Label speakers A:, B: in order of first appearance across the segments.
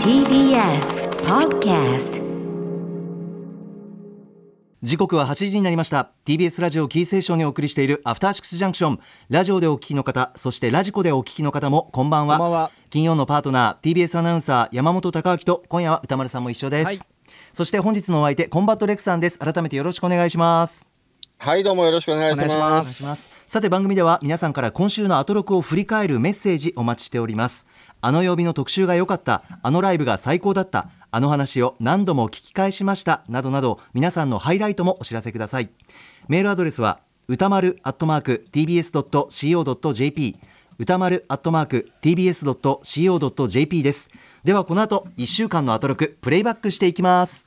A: TBS Podcast
B: 時刻は8時になりました TBS ラジオキーセーションにお送りしているアフターシックスジャンクションラジオでお聞きの方そしてラジコでお聞きの方もこんばんは
C: こんばんは
B: 金曜のパートナー TBS アナウンサー山本貴明と今夜は歌丸さんも一緒です、
C: はい
B: そして本日のお相手コンバットレックさんです改めてよろしくお願いします
D: はい、どうもよろしくお願いし
C: お願
D: ます。
C: いしま
B: お願いしますさて番組では皆さんから今週のアトロクを振り返るメッセージお待ちしておりますあの曜日の特集が良かったあのライブが最高だったあの話を何度も聞き返しましたなどなど皆さんのハイライトもお知らせくださいメールアドレスは歌丸アットマーク tbs.co.jp 歌丸アットマーク tbs.co.jp ですではこの後1週間のアトロクプレイバックしていきます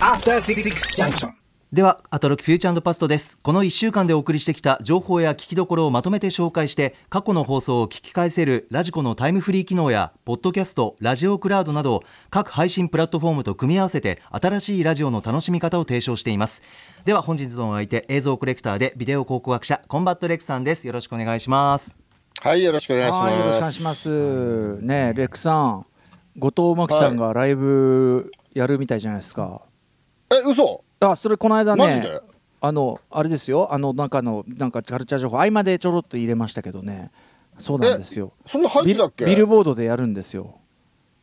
E: After Six Junction.
B: ではアトロックフューチャーパストですこの1週間でお送りしてきた情報や聞きどころをまとめて紹介して過去の放送を聞き返せるラジコのタイムフリー機能やポッドキャストラジオクラウドなど各配信プラットフォームと組み合わせて新しいラジオの楽しみ方を提唱していますでは本日のお相手映像コレクターでビデオ考古学者コンバットレックさんですよろしくお願いします
D: はい、よろしくお願いし
C: はいよろしくお
D: ま
C: 願い
D: す。
C: します。ねえ、レックさん、後藤真希さんがライブやるみたいじゃないですか。
D: え、嘘
C: あ、それこの間
D: マジ
C: ね
D: で、
C: あの、あれですよ、あの中の、なんかカルチャー情報、合間でちょろっと入れましたけどね、そうなんですよ。
D: そんな入って
C: ビ
D: た
C: ル
D: っけ
C: ビルボードでやるんですよ。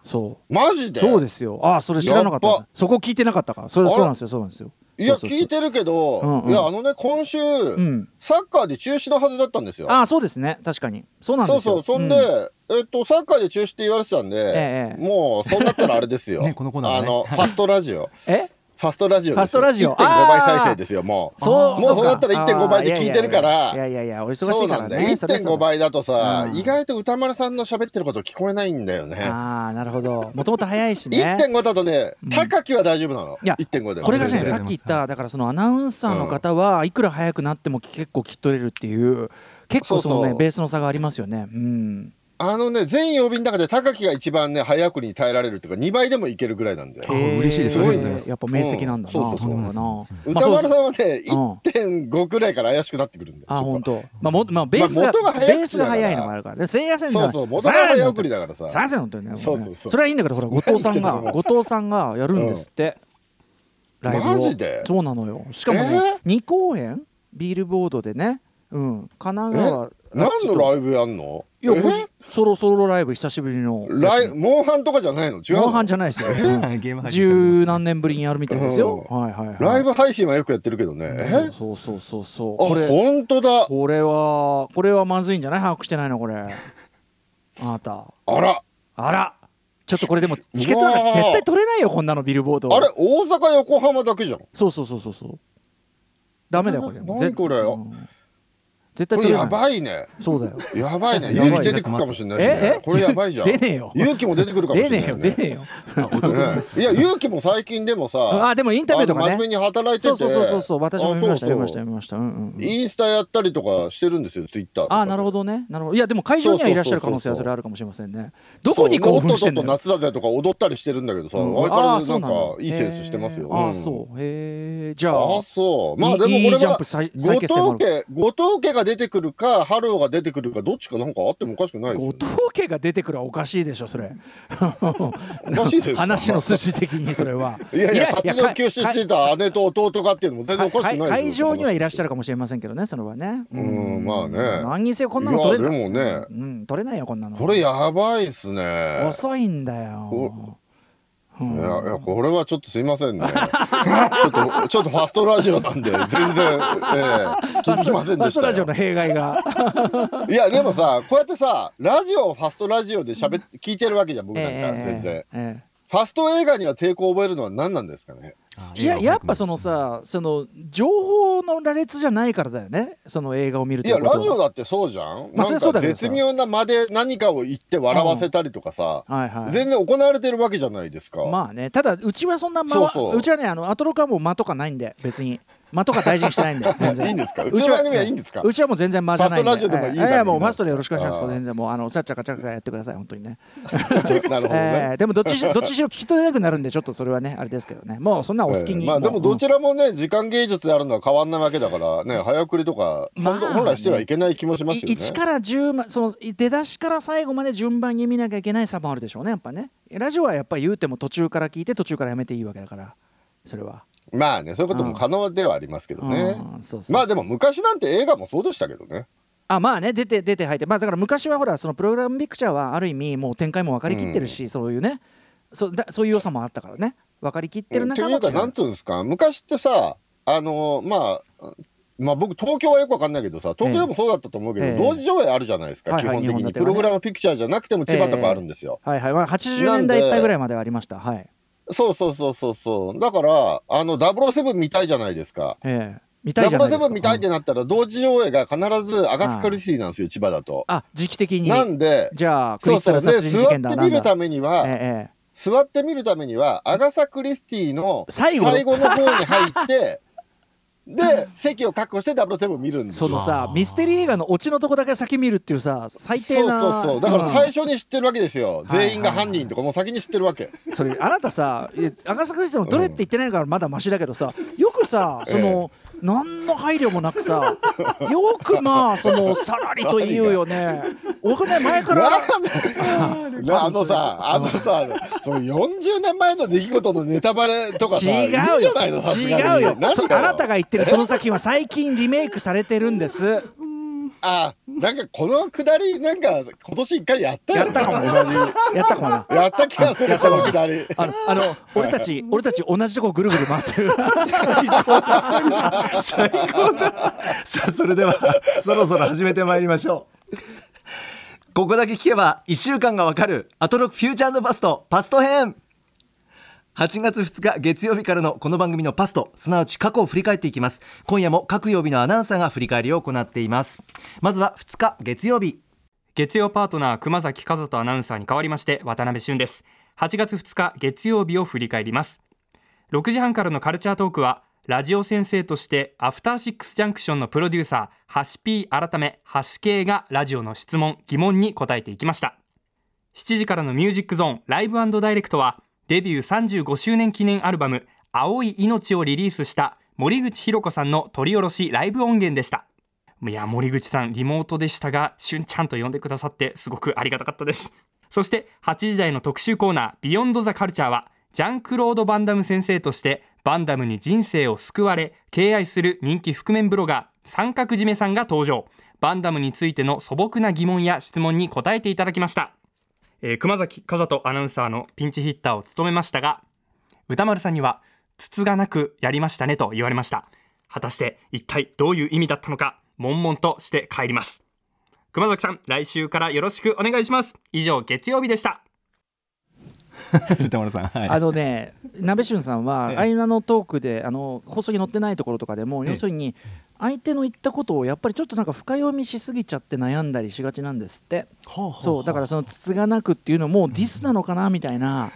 C: そ
D: マジ
C: う。
D: で
C: そうですよ。あ、それ知らなかったです
D: やっば
C: そこ聞いてなかったか。それ
D: あら
C: そうなんですよ、そうなんですよ。
D: いや、
C: そうそうそう
D: 聞いてるけど、
C: うんうん
D: いや、あのね、今週、
C: ん
D: サッカーで中止のはずだったんですよ。
C: あ、そうですね。確かに。そうなんです
D: そ
C: よ。
D: うそう、そんで、
C: う
D: えっと、サッカーで中止って言われてたんで、
C: ええ
D: もう、そうなったらあれですよ。
B: ねこのコーナーはね
D: あの、ファストラジオ。
C: え
D: ファストラジオですよ。
C: ファストラジオ
D: 1.5倍再生ですよ、もう。
C: そう
D: もうそうなったら
C: か
D: 1.5倍で聞いてるから
C: あーいやいやいやいやいやお忙し
D: そ
C: いうか
D: なん
C: ら
D: だよ。
C: ね
D: 1.5倍だとさ、
C: うん
D: 意外と歌丸さんの喋ってること聞こえないんだよね。
C: ああーなるほどもともと早いしね
D: 1.5だとね、高木は大丈夫なの。
C: いや
D: 1.5でも
C: これが
B: あ
C: ね
B: り
C: さ
B: がと
C: っ
B: う
C: き
B: ござい
C: 言
B: ます
C: っただからそのアナウンサーの方はいくら早くなっても結構聞き取れるっていう結構その
D: そう
C: ね
D: そう
C: ベースの差がありますよねうん
D: あのね、全曜日の中で高木が一番ね、早送りに耐えられるっていうか、2倍でもいけるぐらいなんだよ。
B: あー嬉しいです
D: ありがとうござい
C: ね
D: ます
C: やっぱ明晰なんだな
D: うんそうそうそう
C: だなまあ
D: 歌
C: そう
D: 丸
C: そう
D: さ
C: ん
D: はね、
C: うん
D: 1.5くらいから怪しくなってくるんだよ。
C: あ
D: ちょっと
C: 本当まあもまあベースが
D: 元が早口だから
C: ベースが早いのもあるからでせいやせん
D: そうそう、元から早送りだから
C: さ
D: さ。
C: せんとねもね
D: そうそうそう
C: れはいいんだけどほら後藤さんが
D: 何言ってん
C: 後藤さんがやるんですって、ライブを
D: マジで
C: そうなのよしかもね、2公演ビールボードでねうん神奈川
D: 何の
C: イ
D: ライブやんの
C: ブいや
D: え
C: ごじソロソロライブ久しぶりの
D: ライモンハンとかじゃないの違う
C: モンハ
D: の
C: ンじゃないですよ、うん
B: ゲーム配信されてます
C: 十何年ぶりにやるみたいですよ、はいはいはい
D: ライブ配信はよくやってるけどね。えあ、
C: そうそうそうそうこれ
D: 本当だ。
C: これはこれはまずいんじゃない把握してないのこれあなた
D: あら、
C: あらちょっとこれでもチケットなんか絶対取れないよこんなのビルボード
D: あれ、大阪、横浜だけじゃん。
C: そうそうそうそうそうダメだよこれ
D: な
C: ぜ
D: 何これ
C: うん絶対
D: こ
C: 取れ
D: れ
C: な
D: や
C: い
D: ばいね。
C: そうだよ
D: やばいね。
B: やばい
D: 勇気出てくるかもしれないし
C: え
D: ね
C: え。
D: これやばいじ ゃん。
C: 出ねえよ
D: 勇気も出てくるかもし
C: 出
D: れ
C: ねえよ
D: ないよね
C: 出ね。えよ
D: うんいや勇気も最近でもさ
C: あでもインタビューとか
D: あの真
C: ね
D: 面目に働いて
C: そ
D: て
C: うそうそうそうそう私も見ました
D: あそ
C: 見ま
D: うそう
C: した見ましたうんうんうん
D: インスタやったりとかしてるんですよツイッターとか
C: あなるほどねなるほどいやでも会場にはいらっしゃる可能性はそれあるかもしれませんねどこに興奮してん
D: そ
C: の
D: うおっとっとと夏だぜとか踊ったりしてるんだけどさ、
C: うん
D: 相変わ
C: あ
D: ら
C: ー
D: ず
C: そ
D: な
C: うん
D: か
C: だ
D: いいセンスしてますよ
C: へーあ
D: ん
C: ーそうへえじゃ
D: あ
C: あ
D: ーそうまあ
C: いい
D: でもこ
C: いい
D: れ
C: ジャン
D: は
C: プ再再
D: 後
C: 結成もあ
D: 藤
C: る
D: 家後藤家が出てくるかハローが出てくるかどっちかなんかあってもおかしくないですよ
C: 後
D: ね
C: 藤家が出てくるはおかしいでしょそれ
D: おかしいですか
C: 話の筋的にそれはい
D: やいや活動
C: か
D: 休止してた姉と弟がっていうのも全然おかしくないですよ
C: 会場にはいらっしゃるかもしれませんけどね、それはね。
D: うんまあね
C: 何にせよこんなの取れない。
D: いやでもね
C: うん、取れないよ、こんなの。
D: これやばいっすね
C: 遅いんだよ
D: こ。
C: うん
D: いやいやこれはちょっとすいませんねちょっとちょっとファストラジオなんで全然、ええ気づきません
C: バ
D: で
C: ス
D: し
C: トラ
D: た
C: ジオの
D: よ
C: 弊害 が。
D: いやでもさこうやってさラジオをファストラジオで喋って聞いてるわけじゃん僕なんか全然、
C: ええ
D: ファスト映画には抵抗を覚えるのは何なんですかね
B: あ
C: い
B: 映
C: や、
B: 画
C: やっぱそのさ、その情報の羅列じゃないからだよね。その映画を見る
D: い
C: とい
D: や
C: うことは
D: ラジオだってそうじゃん、
C: まあそれは
D: な
C: そうんだ
D: か
C: けどさ
D: 絶妙な間で何かを言って笑わせたりとかさ、
C: はいはい。
D: 全然行われてるわけじゃないですか、
C: まあね、ただうちはそんな間は
D: そうそう
C: ちはねあのアトロクはもう間とかないんで別に間とか大事にして ないんで全然
D: いいんですかうちの番組はいいんですか
C: うちはもう全然間じゃないんで
D: ファストラジオでもいい番組なんですか
C: ややもうファストでよろしくお願いします
D: あー
C: 全然もうあのさっちゃかちゃかやってください本当にね
D: なるほど
C: え
D: ね
C: ー。でもどっち にしろどっちにしろ聞き取れなくなるんでちょっとそれはねあれですけどねもうそんなお好きに、
D: ええまあでも
C: う
D: どちらもね時間芸術であるのは変わんないわけだからね早送りとか
C: まあ
D: 本当本来してはいけない気もしますよ
C: い
D: ね。
C: 1から10まそのい出だしから最後まで順番に見なきゃいけない差もあるでしょうねやっぱねラジオはやっぱり言うても途中から聞いて途中からやめていいわけだからそれは、
D: まあねそういうことも可能ではありますけどね。
C: うんそうそうそう
D: まあでも昔なんて映画もそうでしたけどね。
C: あまあね出て出て入ってまあだから昔はほらそのプログラムピクチャーはある意味もう展開も分かりきってるし、そういうねそだそういう良さもあったからね分かりきってる
D: って
C: 中
D: い
C: の
D: うかなんていうんですか昔ってさあのまあまあ僕東京はよくわかんないけどさ東京でもそうだったと思うけど、
C: ええ
D: 同時上映あるじゃないですか、
C: はい
D: 基
C: はい
D: 本的
C: 日
D: に、
C: 本だとね
D: プログラムピクチャーじゃなくても千葉とかあるんですよ。
C: はいはい、まあ、80
D: なん
C: 年
D: で
C: 代いっぱいぐらいまではありましたはい
D: そうそうそうそうそうだからあの007見たいじゃないですか。
C: ええ見たいじゃないですか
D: 007見たいってなったら同時上映が必ずアガス・クリスティなんですよ千葉だと。
C: あ時期的に
D: なんで
C: じゃあク
D: そう
C: リスタ
D: そう
C: ル殺
D: で
C: 人事
D: 座
C: 件
D: っ
C: だ
D: て
C: なん
D: 見る
C: だ
D: ためには、
C: えええ
D: 座って見るためにはアガサ・クリスティの
C: 最後の
D: の方に入って で席を確保してダブルセブン見るん
C: え
D: です
C: そ
D: よ
C: の
B: あ
C: さ
B: ー
C: ミステリー映画のオチのとこだけ先見るっていうさ最低な
D: そうそうそうだから
C: ん
D: 最初に知ってるわけですよ、
C: はいはい
D: 全員が犯人とかもう先に知ってるわけ、
C: それあなたさいやアガサ・クリスティのどれって言ってないからまだマシだけどさよくさその、何の配慮もなくさよくまあそのさらりと言うよね僕ね前から
D: なんであのさあのさその40年前の出来事のネタバレとかさ
C: 違う
D: いいんじゃないのさすが
C: よ違う
D: に
C: よ
D: 何
C: そ
D: だ
C: あなたが言ってるその作品は最近リメイクされてるんです
D: あなんかこのくだりなんか今年一回やったよ
C: や
D: ね
C: ったかも
D: 同じ
C: やったかもな
D: やった気がするこのくだり
C: あのあの俺たち俺たち同じとこぐるぐる回ってる
B: 最高だ さあそれではそろそろ始めてまいりましょうここだけ聞けば1週間がわかる「アトロックフューチャーパストパスト編」8月2日月曜日からのこの番組のパストすなわち過去を振り返っていきます今夜も各曜日のアナウンサーが振り返りを行っていますまずは2日月曜 日
F: 月曜パートナー熊崎和人アナウンサーに代わりまして渡辺俊です8月2日月曜日を振り返ります6時半からのカルチャートークはラジオ先生としてアフターシックスジャンクションのプロデューサーハシピー改めハシケイがラジオの質問疑問に答えていきました7時からのミュージックゾーンライブダイレクトはデビュー35周年記念アルバム青い命をリリースした森口博子さんの取り下ろしライブ音源でしたいや森口さんリモートでしたがしゅんちゃんと呼んでくださってすごくありがたかったです そして8時台の特集コーナー「ビヨンド・ザ・カルチャー」はジャンクロード・バンダム先生としてバンダムに人生を救われ敬愛する人気覆面ブロガー三角締めさんが登場バンダムについての素朴な疑問や質問に答えていただきました、えー熊崎和人アナウンサーのピンチヒッターを務めましたが歌丸さんには「つつがなくやりましたね」と言われました果たして一体どういう意味だったのか悶々として帰ります熊崎さん来週からよろしくお願いします以上月曜日でした
B: 歌丸さんはい
C: あのね鍋俊さんは、
B: ええ
C: アイナのトークであの放送に載ってないところとかでも、
B: ええ
C: 要するに相手の言ったことをやっぱりちょっとなんか深読みしすぎちゃって悩んだりしがちなんですって
B: ほうほうほう
C: そうだからその「つつがなく」っていうのもディスなのかなみたい な。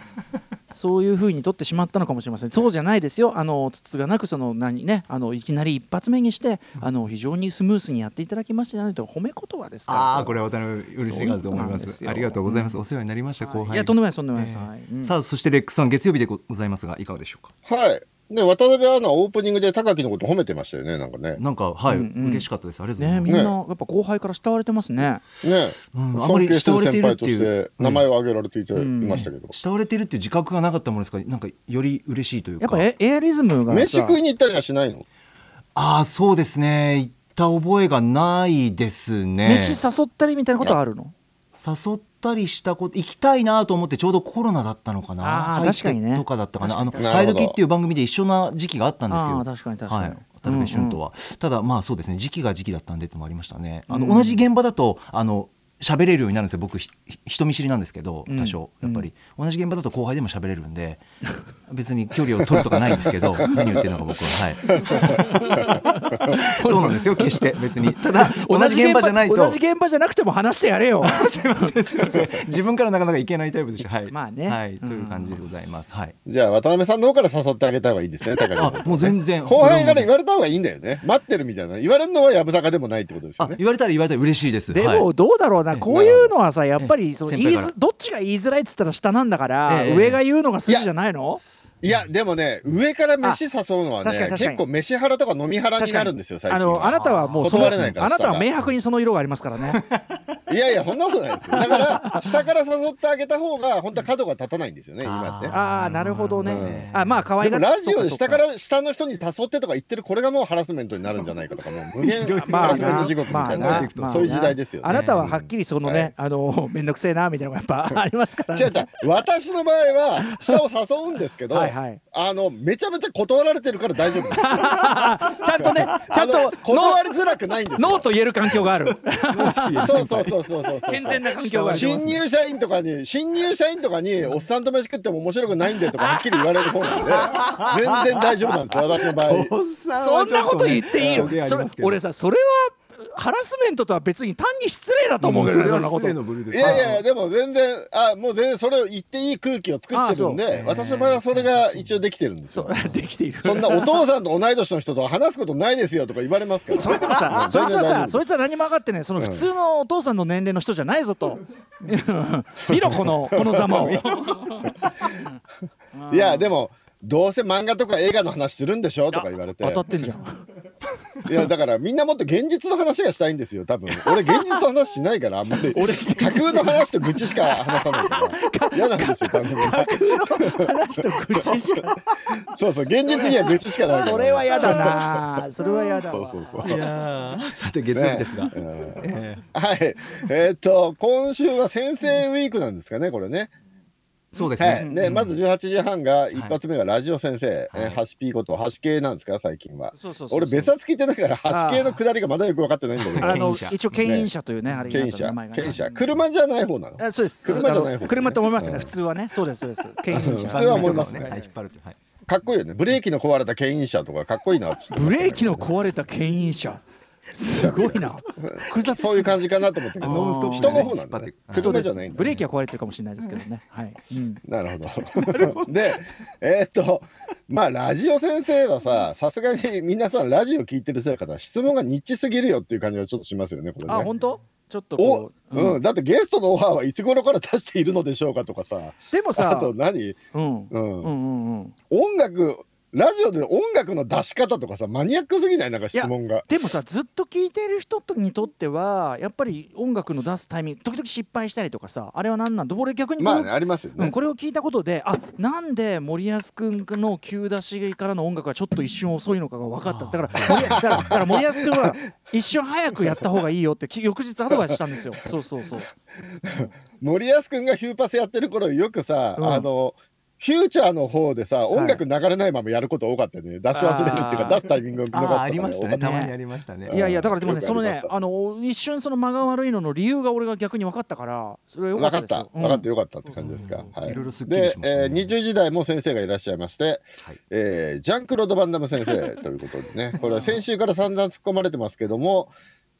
C: そういうふうに取ってしまったのかもしれません。そうじゃないですよ。あのつつがなくその何ね、あのいきなり一発目にして、あの非常にスムースにやっていただきましたねと褒め言葉ですから。
B: ああこれ渡辺嬉しいかと思い
C: そうな
B: ま
C: んですすよ
B: ありがとうございます、お世話になりました後輩
C: いやとんでもないですとんでもないです。
B: ええ
C: はいうん
B: さあそしてレックスさん月曜日でございますがいかがでしょうか
D: はい。で、渡辺アナはオープニングで高木のこと褒めてましたよね、なんかね。ね
B: なんかはい、
C: うんうん
B: 嬉しかったですありがとうござ
C: ね
B: いま
C: み
B: す、
C: んなやっぱ後輩から慕われてますね。
B: うんあんま
D: 尊
B: り
D: 敬して
B: 慕われ
D: る
B: てい
D: 先
B: るって
D: 輩と
B: い
D: し
B: う
D: て名前を挙げられていてい
C: ん
D: ましたけど。
B: 慕われてるっていう自覚がなかったものですからなんかより嬉しいというか
C: やっぱエエアリズムがさ
D: 飯食いに行ったりはしないの
B: ああそうですね行った覚えがないですね
C: 飯誘ったりみたいなことはあるの
B: 誘ったりしたこと行きたいなと思ってちょうどコロナだったのかな
C: あー
B: 入って
C: 確かにね
B: とかだったかなあの「
D: 確かに
B: ハイドキ」っていう番組で一緒な時期があったんですよ
C: あー確かに確かに
B: はい渡辺俊とは、ただまあそうですね時期が時期だったんでってのもありましたねあの、同じ現場だとあの喋れるようになるんですよ僕ひひ人見知りなんですけど多少、
C: うん
B: やっぱり、同じ現場だと後輩でも喋れるんで別に距離を取るとかないんですけ ど何言ってるのか僕ははい そうなんですよ決して別にただ同じ現場じゃないと
C: 同じ現場じゃなくても話してやれよ
B: すいませんすいません自分からなかなかいけないタイプでしたはい
C: まあね
B: はいそういう感じでございます、はい
D: じゃあ渡辺さんの方から誘ってあげた方がいいですね高木
B: あ
D: さん
B: もう全然
D: 後輩
B: それはもう全
D: から言
B: 然
D: われた方がいいんだよね待ってるみたいな言われるのはやぶさかでもないってことですよ
B: あ
D: ね
B: 言われたら言われたら嬉しいです
C: で
B: はい
C: もどうだろうな、こういうのはさやっぱりその
B: 先
C: 言い
B: 輩から
C: づどっちが言いづらいっつったら下なんだから、
B: ええ
C: 上が言うのが筋じゃないの
D: いやでもね上から飯誘うのは
C: あ確か
D: ね
C: に確かに
D: 結構飯腹とか飲み腹になるんですよ最
C: あ
D: 近
C: のあなたはもうその
D: 断れないから
C: あなたは
D: 下が
C: 明白にその色がありますか らね
D: いやいやそんなことないですよだから下から誘ってあげた方が本当は角が立たないんですよね今って
C: ああなるほどね、
B: うん
C: あまあ可愛
D: で
C: が
D: も
C: って
D: ラジオで
C: そう
D: 下か
C: そう
D: ら下の人に誘ってとか言ってるこれがもうハラスメントになるんじゃないかとかも う無限
C: ま
D: ハ
C: あ
D: ラスメン
C: な
D: ト地獄みたい
B: まあ
D: な
B: なまあな
D: そういう時代ですよ
C: あ
D: ね。
C: なたははっきりそのね、
D: はい
C: あの 面倒くせえなみたいなのがやっぱありますから
D: 違う
C: ね
D: 違う私の場合は下を誘うんですけど
C: はいはい
D: あのめちゃめちゃ断られてるから大丈夫です。
C: ちゃんとね ちゃん
D: あの
C: と
D: 断りづらくないんです よ。
C: ノーと言える環境がある
D: そうそうそうそうそうそう。
C: 健全な環境があります
D: 新入社員とかに新入社員とかにおっさんと飯食っても面白くないんでとかはっきり言われる方なんで全然大丈夫なんですよ私の場合。
B: おっさん
C: そ
B: は
C: ん
B: ちょ
C: な
B: っね
C: こと言っていいの、
B: 表現あ
C: そ
B: り
C: れ
B: ますけど
C: 俺さそれはハラスメントとは別に単に失礼だと思うけどね、
B: それ
C: そん
B: は
C: なこと
B: 失礼の部類です
D: いやいやいやでも全然あもう全然それを言っていい空気を作ってるん
C: あ
D: で私の場合はそれが一応できてるんです
C: そ
D: よ。
C: う できている
D: そんなお父さんと同い年の人とは話すことないですよとか言われますから。、
C: それでもさそいつはさ、そ
D: 全
C: いつは何も分かってね、その普通のお父さんの年齢の人じゃないぞと。 見ろ、この、このざまを。
D: 然いやでもどうせ漫画とか映画の話するんでしょとか言われて。
C: 当たってんじゃん。
D: いやだからみんなもっと現実の話がしたいんですよ多分俺現実の話しないからあんまり
C: 俺
D: 架空の話と愚痴しか話さないから嫌なんですよ多分
C: 話と口じゃ。
D: そうそう現実には愚痴しかないから
C: それは嫌だな。それは嫌だ
D: そう
C: わ。
D: そうそう
B: いやーさて月曜日
D: ね
B: ですが、
D: うん
B: えー
D: はいえーっと今週は先生ウィークなんですかねこれね
B: そうですね、
D: はいでまず18時半が一発目がラジオ先生、え
B: はい
D: ー、橋 P こと橋系なんですか最近は
C: そうそうそう
D: 俺別冊聞いてないから
C: あ
D: 橋系の下りがまだよく分かってないんだけど
C: あの
B: 権威者、
C: 一応、牽引者というね、あれ
D: 権威
C: 名
D: 者
C: 前がね
D: 権威者車じゃない方なの
C: あそうです。
D: 車じゃない方
C: あの車と思いますよね、
D: うん
C: 普通はね。そうです、そうです。牽引者。
D: 普通は思いますね
B: 番組とかをはい、引っ張るとはい
D: かっこいいよねブレーキの壊れた牽引車とかかっこいいなってちょっと思
C: ブ
D: ったんだけど
C: レーキの壊れた牽引者。すごいな。複雑すぎ
D: そういう感じかなと思ったけど
B: ノンストップ
D: 人
B: でね
D: の方なんだ、
B: 引
D: ね
B: っ、張って
D: 車じゃないんだ
C: ブレーキは壊れてるかもしれないですけどね。はい。うん
D: なるほどでえーっとまあラジオ先生はささすがに皆さんラジオ聞いてるせいかさ質問がニッチすぎるよっていう感じがちょっとしますよねこれね
C: あ、本当ちょっと
D: お
C: こう。
D: うんだってゲストのオファーはいつ頃から出しているのでしょうかとかさ
C: でも
D: あ
C: さ、
D: と何、
C: うん、うん
D: うん
C: うんうん
D: 音楽ラジオで音楽の出し方とかさマニアックすぎないなんか質問が
C: でもさずっと聴いてる人にとってはやっぱり音楽の出すタイミング時々失敗したりとかさあれは何なんだ俺逆にこ
D: ま
C: の
D: あねありますよ
C: うん、
D: ね、
C: これを聞いたことであなんで森保君の急出しからの音楽がちょっと一瞬遅いのかが分かっただから森だからだから森保君は一瞬早くやった方がいいよって き翌日アドバイスしたん ですよそうそうそう
D: 森保君がヒューパスやってる頃よくさ、
C: うん
D: あのフューチャーの方でさ音楽流れないままやること多かったよね、出し忘れるっていう
C: あー
D: か出すタイミングを見逃すと
B: あ
D: か、
B: ーありましたね
D: 多か
B: た
D: っ
B: まにありましたね
D: うん
C: いやいやだからでもね
D: よく
C: そ
D: あ
C: の
D: りまし
C: ね
D: た
C: あの一瞬その間が悪いのの理由が俺が逆に分かったからそれはよか
D: 分
C: っ
D: か
C: た
D: っ
C: です
D: た
C: よ、
D: 分かったよかったって感じですか、はい
B: いろいろすっきり
D: で
B: し、ましたね
D: えー、20時代も先生がいらっしゃいまして、
B: はい
D: えージャンクロード・バンダム 先生ということでねこれは先週から散々突っ込まれてますけども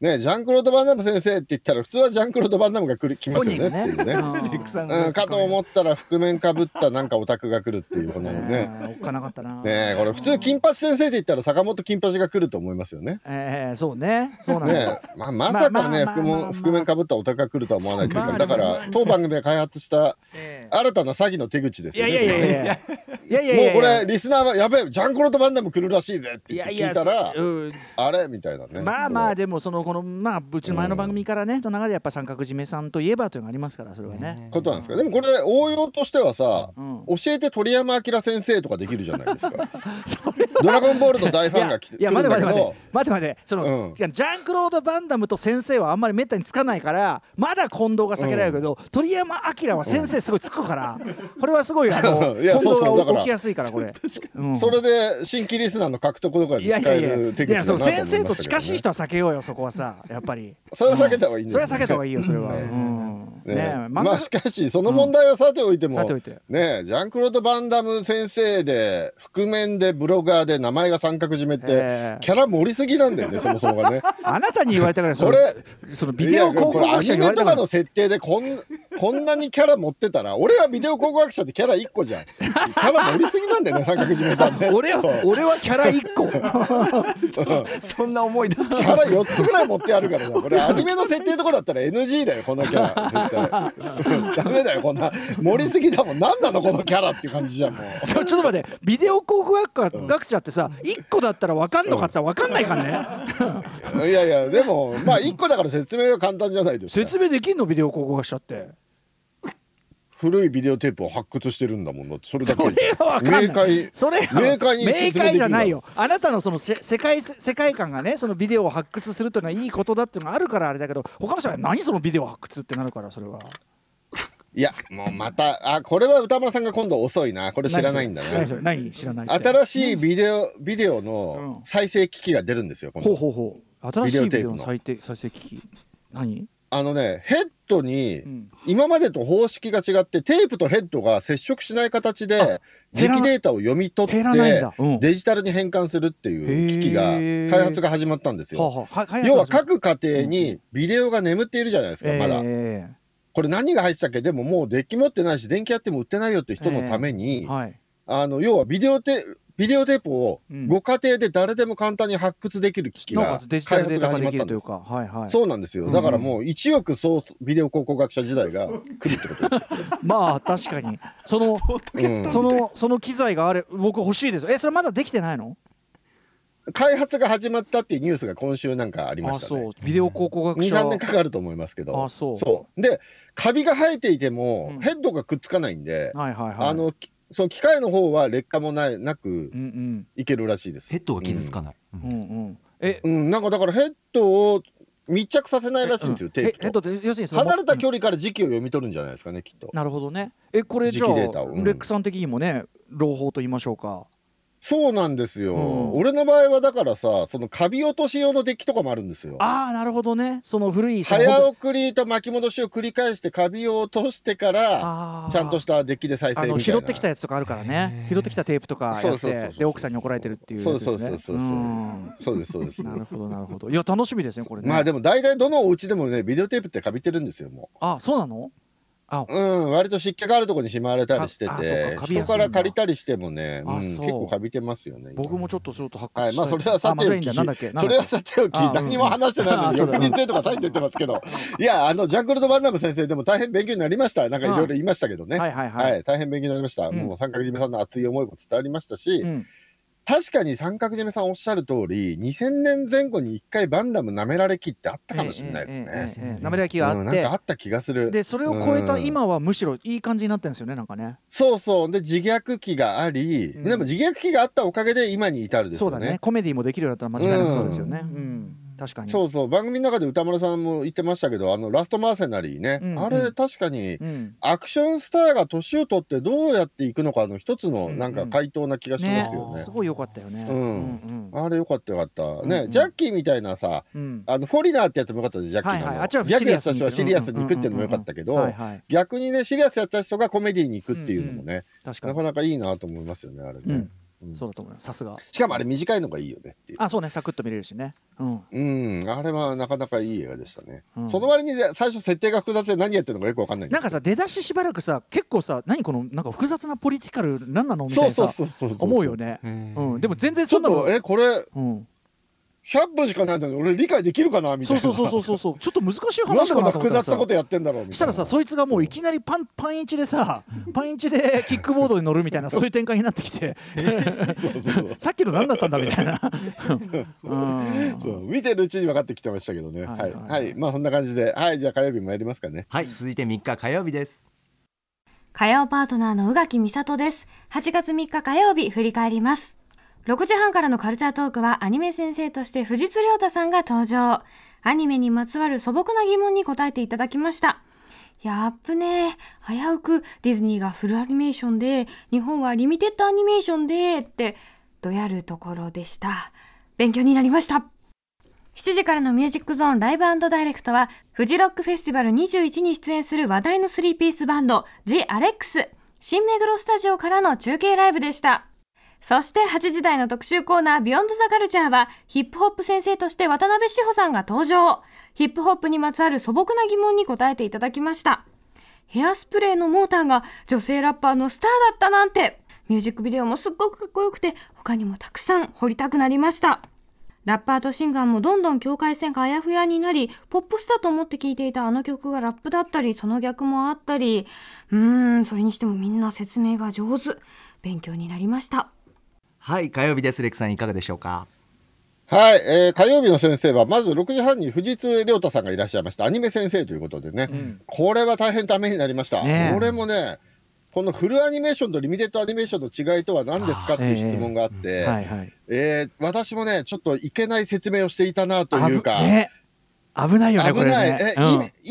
D: ねジャンクロード・バンダム先生って言ったら普通はジャンクロード・バンダムが来る来ますよねっていうね
C: うん
B: レックさんが
D: うん、かと思ったら覆面かぶったなんかオタクが来るっていうこのね
C: えーおっかなかったな。
D: ねえこれ普通金八先生って言ったら坂本金八が来ると思いますよね。
C: えーそうね。そうなんだ。
D: ねえまあ、まさかね
C: まあまあ
D: 覆
C: まあまあ
D: 面覆面かぶったオタクが来るとは思わないという
C: ま
D: か
C: あ
D: だから当番組が開発した
C: え
D: 新たな詐欺の手口で
C: ー
D: す
C: い
D: よ
C: や
D: ね。
C: いやいやいや。いやいやいや
D: もうこれリスナーは「やべえジャンコロとバンダム来るらしいぜ」って
C: い
D: 言っ
C: や
D: て
C: い
D: 聞
C: や
D: いたら
C: そうん
D: 「あれ?」みたいなね。
C: まあまあ
D: こ
C: でもそのこのまあうちの前の番組からねの流れでやっぱ三角締めさんといえばというのがありますからそれはね。
D: れことなんですかでもこれ応用としてはさ、
C: うん
D: 教えて鳥山明先生とかできるじゃないです か「ドラゴンボール」の大ファンが来て
C: いや
D: 来る
C: 待て
D: んだ
C: 待
D: け
C: て待
D: ど
C: て待て待てその、
D: うん
C: いやジャンクロード・バンダムと先生はあんまりめったにつかないからまだ近藤が避けられるけど、鳥山明は先生すごいつくから、これはすごいあの
D: いや
C: 近藤
D: そうそうだか
C: が
D: ら
C: 起きやすいから これ。うん
D: それで新規リスナーの獲得とかに
C: いや
D: 使
C: いや
D: え
C: いや、
D: る手
C: い
D: 口だ
C: や
D: な
C: そ
D: と
C: の
D: 思いま
C: 先生と
D: したけどね
C: 近しい人は避けようよ、そこはさ、やっぱり。
D: それは避けた方がいいんです
C: それは避けた方が
D: いい
C: いいよ、それは。うん
D: ね
C: ね漫画
D: まあしかしその問題はさておいても、
C: さておいて
D: ねえジャンクロード・バンダム先生で覆面でブロガーで名前が三角締めって
C: えー
D: キャラ盛りすぎな んだよねそもそもがね。
C: あなたに言われたからそ
D: こ
C: れ
D: れ
C: そのビデオ
D: いや
C: 考
D: こ
C: 古
D: れア
C: 学者
D: ニ
C: に言わ
D: メ
C: れた
D: と
C: か
D: からの設定でこんこんなにキャラ持ってたら俺はビデオ考古学者ってキャラ1個じゃんキャラ盛りすぎなんだよね三角締めさん ね
C: 俺は
D: そう
C: 俺はキャラ一個
B: そんな思いだった
D: キャラ4つぐらい持ってあるからさ これアニメの設定とかだったら NG だよこのキャラ絶対ダメだよこんな盛りすぎだもん何なのこのキャラっていう感じじゃんもう
C: ちょちょっと待ってビデオ考古学科学者ってさ一個だったらわかんのかってさわかんないからね
D: いやいやでもまあ1個だから説明は簡単じゃないですか
C: 説明できんのビデオ考古学者って
D: 古いビデオテープを発掘してるんだもんだってそれだけ
C: それがわかんない
D: 明快
C: それは
D: 明快に
C: 明
D: 説明で
C: 快
D: きる
C: じ
D: だ
C: ゃ
D: ろ
C: ないよあなたのそのせ世界世界観がねそのビデオを発掘するというのはいいことだっていうのがあるからあれだけど他の人が何そのビデオ発掘ってなるからそれはい
D: やもうまたあこれは歌村さんが今度遅いなこれ知らないんだ
C: 何そ
D: な
C: れ何知らないって
D: 新しいビデオビデオの
C: うん
D: 再生機器が出るんですよ今
C: ほう
D: 度
C: ほうほう新しいビ
D: ビデ
C: デオ
D: オテー
C: の
D: プの
C: 再生再生機器何
D: あのねヘッドに
C: ん
D: 今までと方式が違ってテープとヘッドが接触しない形で
C: 減らな
D: 磁気データを読み取っ
C: 減らないんだ
D: て
C: うん
D: デジタルに変換するっていう機器が
C: へー
D: 開発が始まったんです
C: はあ
D: よ。
C: はあは
D: 要は
C: 各
D: 各家庭にビデオが眠っているじゃないですかまだ。
C: え
D: これ何が入ってたっけでももうデッキ持ってないし電気やっても売ってないよって人のため
C: え
D: に
C: はい
D: あの要はビデオテビデオテープを
C: うん
D: ご家庭で誰でも簡単に発掘できる機器
C: なお
D: が
C: かつデジタ
D: 開
C: ルデ
D: 発
C: ー
D: が
C: タ化
D: 始
C: で
D: まっ
C: き
D: た
C: るとい
D: んで
C: う
D: す。
C: かはいはい
D: そうなんですよだからもう1億総ビデオ考古学者時代が来るってことです
C: まあ確かにその
D: うん
C: そのその機材があれ僕欲しいですえそれまだできてないの
D: 開発が始まったっていうニュースが今週なんかありま
C: あ
D: した
C: そ
D: ね
C: うビデオ考古学者
D: 23年かかると思いますけど
C: あそう
D: そうでカビが生えていて
C: う
D: も
C: ん
D: ヘッドがくっつかないんで、
C: はいはいはい
D: あのきそう機械の方は劣化もないなく
C: うん
D: いけるらしいです
B: ヘッドが傷つかない、
C: うんうんうんえ
D: うん、なんかだからヘッドを密着させないらしいんですよ、
C: え
D: テ
C: えっ
D: ープ
C: と
D: と。
C: 要するにその
D: 離れた距離から時期を読み取るんじゃないですかね、きっと。
C: なるほどねえこれじゃあ
D: 時期データをうん
C: レックさん的にもね朗報と言いましょうか
D: そうなんですよ、
C: うん
D: 俺の場合はだからさ、そのカビ落とし用のデッキとかもあるんですよ。
C: ああなるほどねその古いその
D: 早送りと巻き戻しを繰り返してカビを落としてから、
C: あー
D: ちゃんとしたデッキで再生
C: あ
D: みたい
C: の
D: な。
C: 拾ってきたやつとかあるからね拾ってきたテープとかや
D: そ
C: っ
D: うそうそう
C: て
D: そう
C: で奥さんに怒られてるっていうやつですね
D: そうそうそうそうそうんそうです、そうです。
C: なるほどなるほどいや楽しみですねこれね
D: まあでも大体どのお家でもね、ビデオテープってカビてるんですよ、もう。
C: あそうなのあ
D: うん、割と湿気があるところにしまわれたりして
C: ああそう
D: て
C: かカビやすいんだ
D: 人から借りたりしてもね、うん
C: あ
D: 結
C: そう
D: 構カビてますよね今
C: 僕もちょっとちょっと発掘
D: は
C: し
D: い、
C: た
D: まあそれはさ
C: あまあ
D: て
C: そ
D: お
C: れいいんだ
D: き、
C: なんだっけなんだっ
D: そ
C: け
D: れはさておき、
C: あうん
D: 何も話してないの
C: あ
D: に、
C: そうだ
D: 翌日へとかさって言ってますけど、いや、あの、ジャンクルド・バンダム先生でも大変勉強になりました。なんかいろいろ言いましたけどね。
C: はいはいは、
D: はいい、大変勉強になりました。
C: うん
D: もう三角締めさんの熱い思いも伝わりましたし、
C: うん、
D: 確かに三角締めさんおっしゃる通り、2000年前後に一回バンダム舐められきってあったかもしれないで
C: ええ
D: す
C: え
D: ね。
C: えええええなめらきがあ
D: うん
C: っ
D: なん
C: て、
D: かあった気がする。
C: でそれを超えた
D: うん
C: 今はむしろいい感じになってるんですよねなんかね
D: そうそう。で、自虐期があり、
C: うん
D: でも自虐期があったおかげで今に至るです
C: そう
D: よ
C: だ
D: ね
C: ね。コメディもできるようになったら間違いなくそうですよねうん、確かに
D: そうそう番組の中で歌丸さんも言ってましたけどあのラストマーセナリーね、
C: うん
D: あ
C: う
D: れ
C: ん
D: 確かに
C: うん
D: アクションスターが年を取ってどうやっていくのかの一つの
C: うん
D: なんか回答な気がし
C: ね
D: ますよね。
C: すごい良かったよね
D: うん
C: うん
D: あれよかったよかった。ね、
C: うんうん
D: ジャッキーみたいなさ
C: うん
D: あのフォリナーってやつもよかったですジャッキーの、
C: はいはいあっちは
D: ギャグやってた
C: シリ
D: 人
C: アスに
D: はシリアスに行くっていうのもよかったけど、
C: はいはい
D: 逆にねシリアスやった人がコメディに行くっていうのもね、
C: 確か
D: なか
C: に
D: なかいいなと思いますよねあれね、
C: うん
D: うん
C: そうだと思いますさすが
D: しかもあれ短いのがいいよねっていう。
C: あそうねサクッと見れるしねうん
D: うん、あれはなかなかいい映画でしたね。
C: うん
D: その割に最初設定が複雑で何やってるのかよくわかんない
C: なんかさ出だししばらくさ結構さ何このなんか複雑なポリティカル何なのみたい
D: そう
C: な
D: そう
C: さ
D: そうそうそう
C: 思うよね
B: へー
C: うんでも全然
D: ち
C: そ
D: ょ
C: んな
D: っ
C: の
D: とえこれ
C: うん
D: 100分しかないのに俺理解できるかなみたい
C: そう
D: な
C: そうそうそうそうそうちょっと難しい
D: なん
C: 話
D: で
C: か
D: こん
C: な
D: な
C: と思
D: 複
C: ったら
D: 雑
C: さ
D: なことやってんだろうみたいな
C: したらさそいつがもういきなりパンパンイチでさパンイチでキックボードに乗るみたいなそういう展開になってきて
D: そうそうそう
C: さっきの何だったんだみたいな。うん
D: そう見てるうちに分かってきてましたけどね
C: は
D: はいい
C: は
D: はいい、
C: はい
D: まあそんな感じではいじゃあ火曜日もやりますかね
B: はい続いて3日火曜日です
G: 火曜パートナーの宇垣美里です。8月3日火曜日、振り返ります。6時半からのカルチャートークはアニメ先生として藤津亮太さんが登場。アニメにまつわる素朴な疑問に答えていただきました。やっぶね危うくディズニーがフルアニメーションで、日本はリミテッドアニメーションで、って、どやるところでした。勉強になりました。 7時からのミュージックゾーンライブダイレクトは、フジロックフェスティバル21に出演する話題のスリーピースバンド、ジ・アレックス、新目黒スタジオからの中継ライブでした。そして8時台の特集コーナー、ビヨンドザカルチャーは、ヒップホップ先生として渡辺志保さんが登場。ヒップホップにまつわる素朴な疑問に答えていただきました。ヘアスプレーのモーターが女性ラッパーのスターだったなんて、ミュージックビデオもすっごくかっこよくて、他にもたくさん掘りたくなりました。ラッパーとシンガーもどんどん境界線があやふやになり、ポップスだと思って聴いていたあの曲がラップだったり、その逆もあったり、うーん、それにしてもみんな説明が上手。勉強になりました。
B: はい火曜日ですレクさんいかがでしょうか
D: はい、えー火曜日の先生は、まず6時半に藤津亮太さんがいらっしゃいました。アニメ先生ということでね、これは大変ためになりました。
C: ねえ
D: 俺もね、このフルアニメーションとリミテッドアニメーションの違いとは何ですかっていう質問があって、え
C: はいはい。
D: ー私もね、ちょっといけない説明をしていたなというか、
C: 危ね危ないよね、こ
D: 危
C: れ
D: ない、
C: ね
D: え。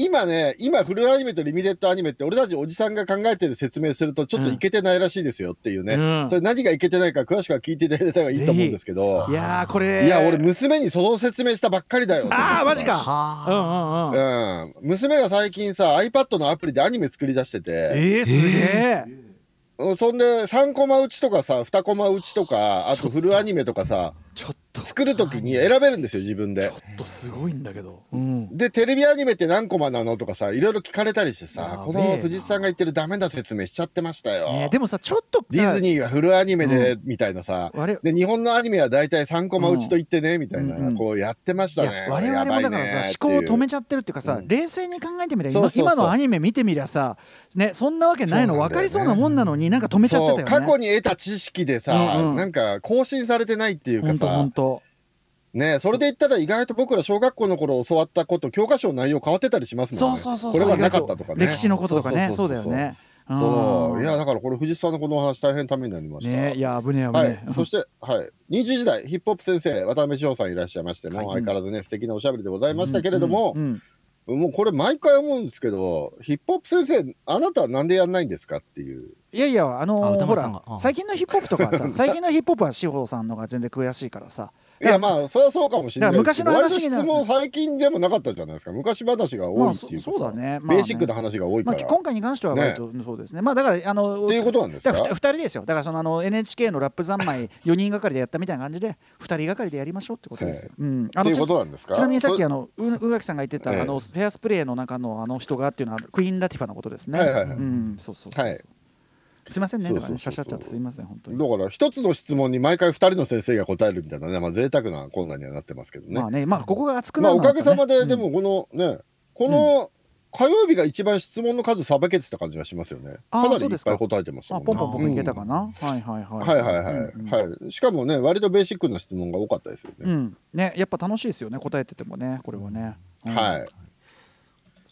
D: い今ね、今、フルアニメとリミテッドアニメって、俺たちおじさんが考えてる説明すると、ちょっといけてないらしいですよっていうね、
C: うん
D: それ何がいけてないか、詳しくは聞いていただいた方がいいと思うんですけど
C: うん、い、やー、これ。
D: いや、俺、娘にその説明したばっかりだよ。
C: ああ、マジか。う
B: はあ
C: んうんうん。
D: うん、娘が最近さ iPad のアプリでアニメ作り出してて
C: えー、すげえ。
D: そんで3コマ打ちとかさ2コマ打ちとかあとフルアニメとかさ
C: ちょっと。
D: 作る時に選べるんですよ自分で
C: ちょっとすごいんだけど。うん。
D: でテレビアニメって何コマなのとかさいろいろ聞かれたりして
C: やべえ
D: さ
C: な
D: この藤井さんが言ってるダメな説明しちゃってましたよ、
C: ね、でもさ、ちょっとさ。
D: ディズニーがフルアニメで、みたいなさ
C: 我々
D: で日本のアニメは大体3コマ打ちと言ってね、みたいな、
C: うんうん
D: こうやってまし
C: い
D: たね
C: や我々もだからさ思考を止め
D: ち
C: ちゃってるっていうかさ、
D: うん
C: 冷静に考えてみれば
D: そうそ
C: 今
D: うそ
C: 今
D: う
C: のアニメ見てみりゃさ、ね、そんなわけないの
D: そうな
C: 分
D: んだよ
C: か
D: ね
C: りそうなもんなのになんか止めちゃってたよね。
D: 過去に得た知識でさ、
C: うんうん
D: なんか更新されてないっていうか
C: 本当
D: さ
C: 本当
D: ねえそれで言ったら意外と僕ら小学校の頃教わったこと教科書の内容変わってたりしますもん
C: そう
D: ね
C: そうそうそう
D: これがなかったとかね
C: 歴史のこととかねそうだよね。
D: そういや
C: ん
D: だからこれ藤井さんのこのお話大変ためになりました
C: ねいや危ねえ危
D: は
C: ね
D: い
C: え、
D: そして、はい、20時代ヒップホップ先生渡辺志保さんいらっしゃいましても、相変わらずね素敵なおしゃべりでございましたけれども
C: う、んうん
D: もうこれ毎回思うんですけどヒップホップ先生あなたはなんでやんないんですかっていう
C: いやいやあ
B: あ
C: のー
B: 歌
C: ほ
B: 丸さんが
C: ら
B: うん
C: 最近のヒップホップとかは さ最近のヒップホップは志保さんの方が全然悔しいからさ
D: いやまあそれはそうかもしれないですけど
C: だから
D: 割と
C: 昔の話に
D: 質問最近でもなかったじゃないですか昔話が多いってい
C: まあ
D: うかさ、
C: そそうだねまあね
D: ベーシックな話が多い
C: ま
D: か
C: あ
D: ら、
C: 今回に関しては割とそうですねまあだからあの
D: っていうことなんですか
C: だからふた二人ですよだからそのあの NHK のラップ三 昧四人がかりでやったみたいな感じで二人がかりでやりましょうってことですよ。うん、あ
D: っ
C: の
D: ていう
C: ち
D: こ
C: な
D: となんですか
C: ちなみにさっき
D: そ
C: あのう宇垣さんが言ってた、
D: ええ
C: あのフェアスプレーの中のあの人がっていうのはクイーンラティファのことですね。
D: はいはいはい
C: うん、そうそうそうそう
D: はい
C: すいませんね
D: そう
C: と
D: そ
C: か
D: うそうそう
C: ねしゃしゃっちゃってすいません本当に。
D: だから一つの質問に毎回二人の先生が答えるみたいなねまあ贅沢なコーナーにはなってますけどね,、ま
C: ま
D: あ
C: あねまあここが熱くなる
D: お
C: のは
D: かげさまで、
C: ね
D: でもこのねこの火曜日が一番質問の数さばけてた感じがしますよね
C: あー
D: かなり
C: そ
D: いう
C: で
D: っ
C: すか
D: ぱい答えてました
C: あ
D: もん
C: ポンポン僕いけた
D: う
C: か
D: ん
C: な、はいはいはい
D: はいはいはい、
C: うんうん
D: はいしかもね割とベーシックな質問が多かったですよ
C: う
D: ね、
C: んねやっぱ楽しいですよね答えててもねこれはね、うん
D: はい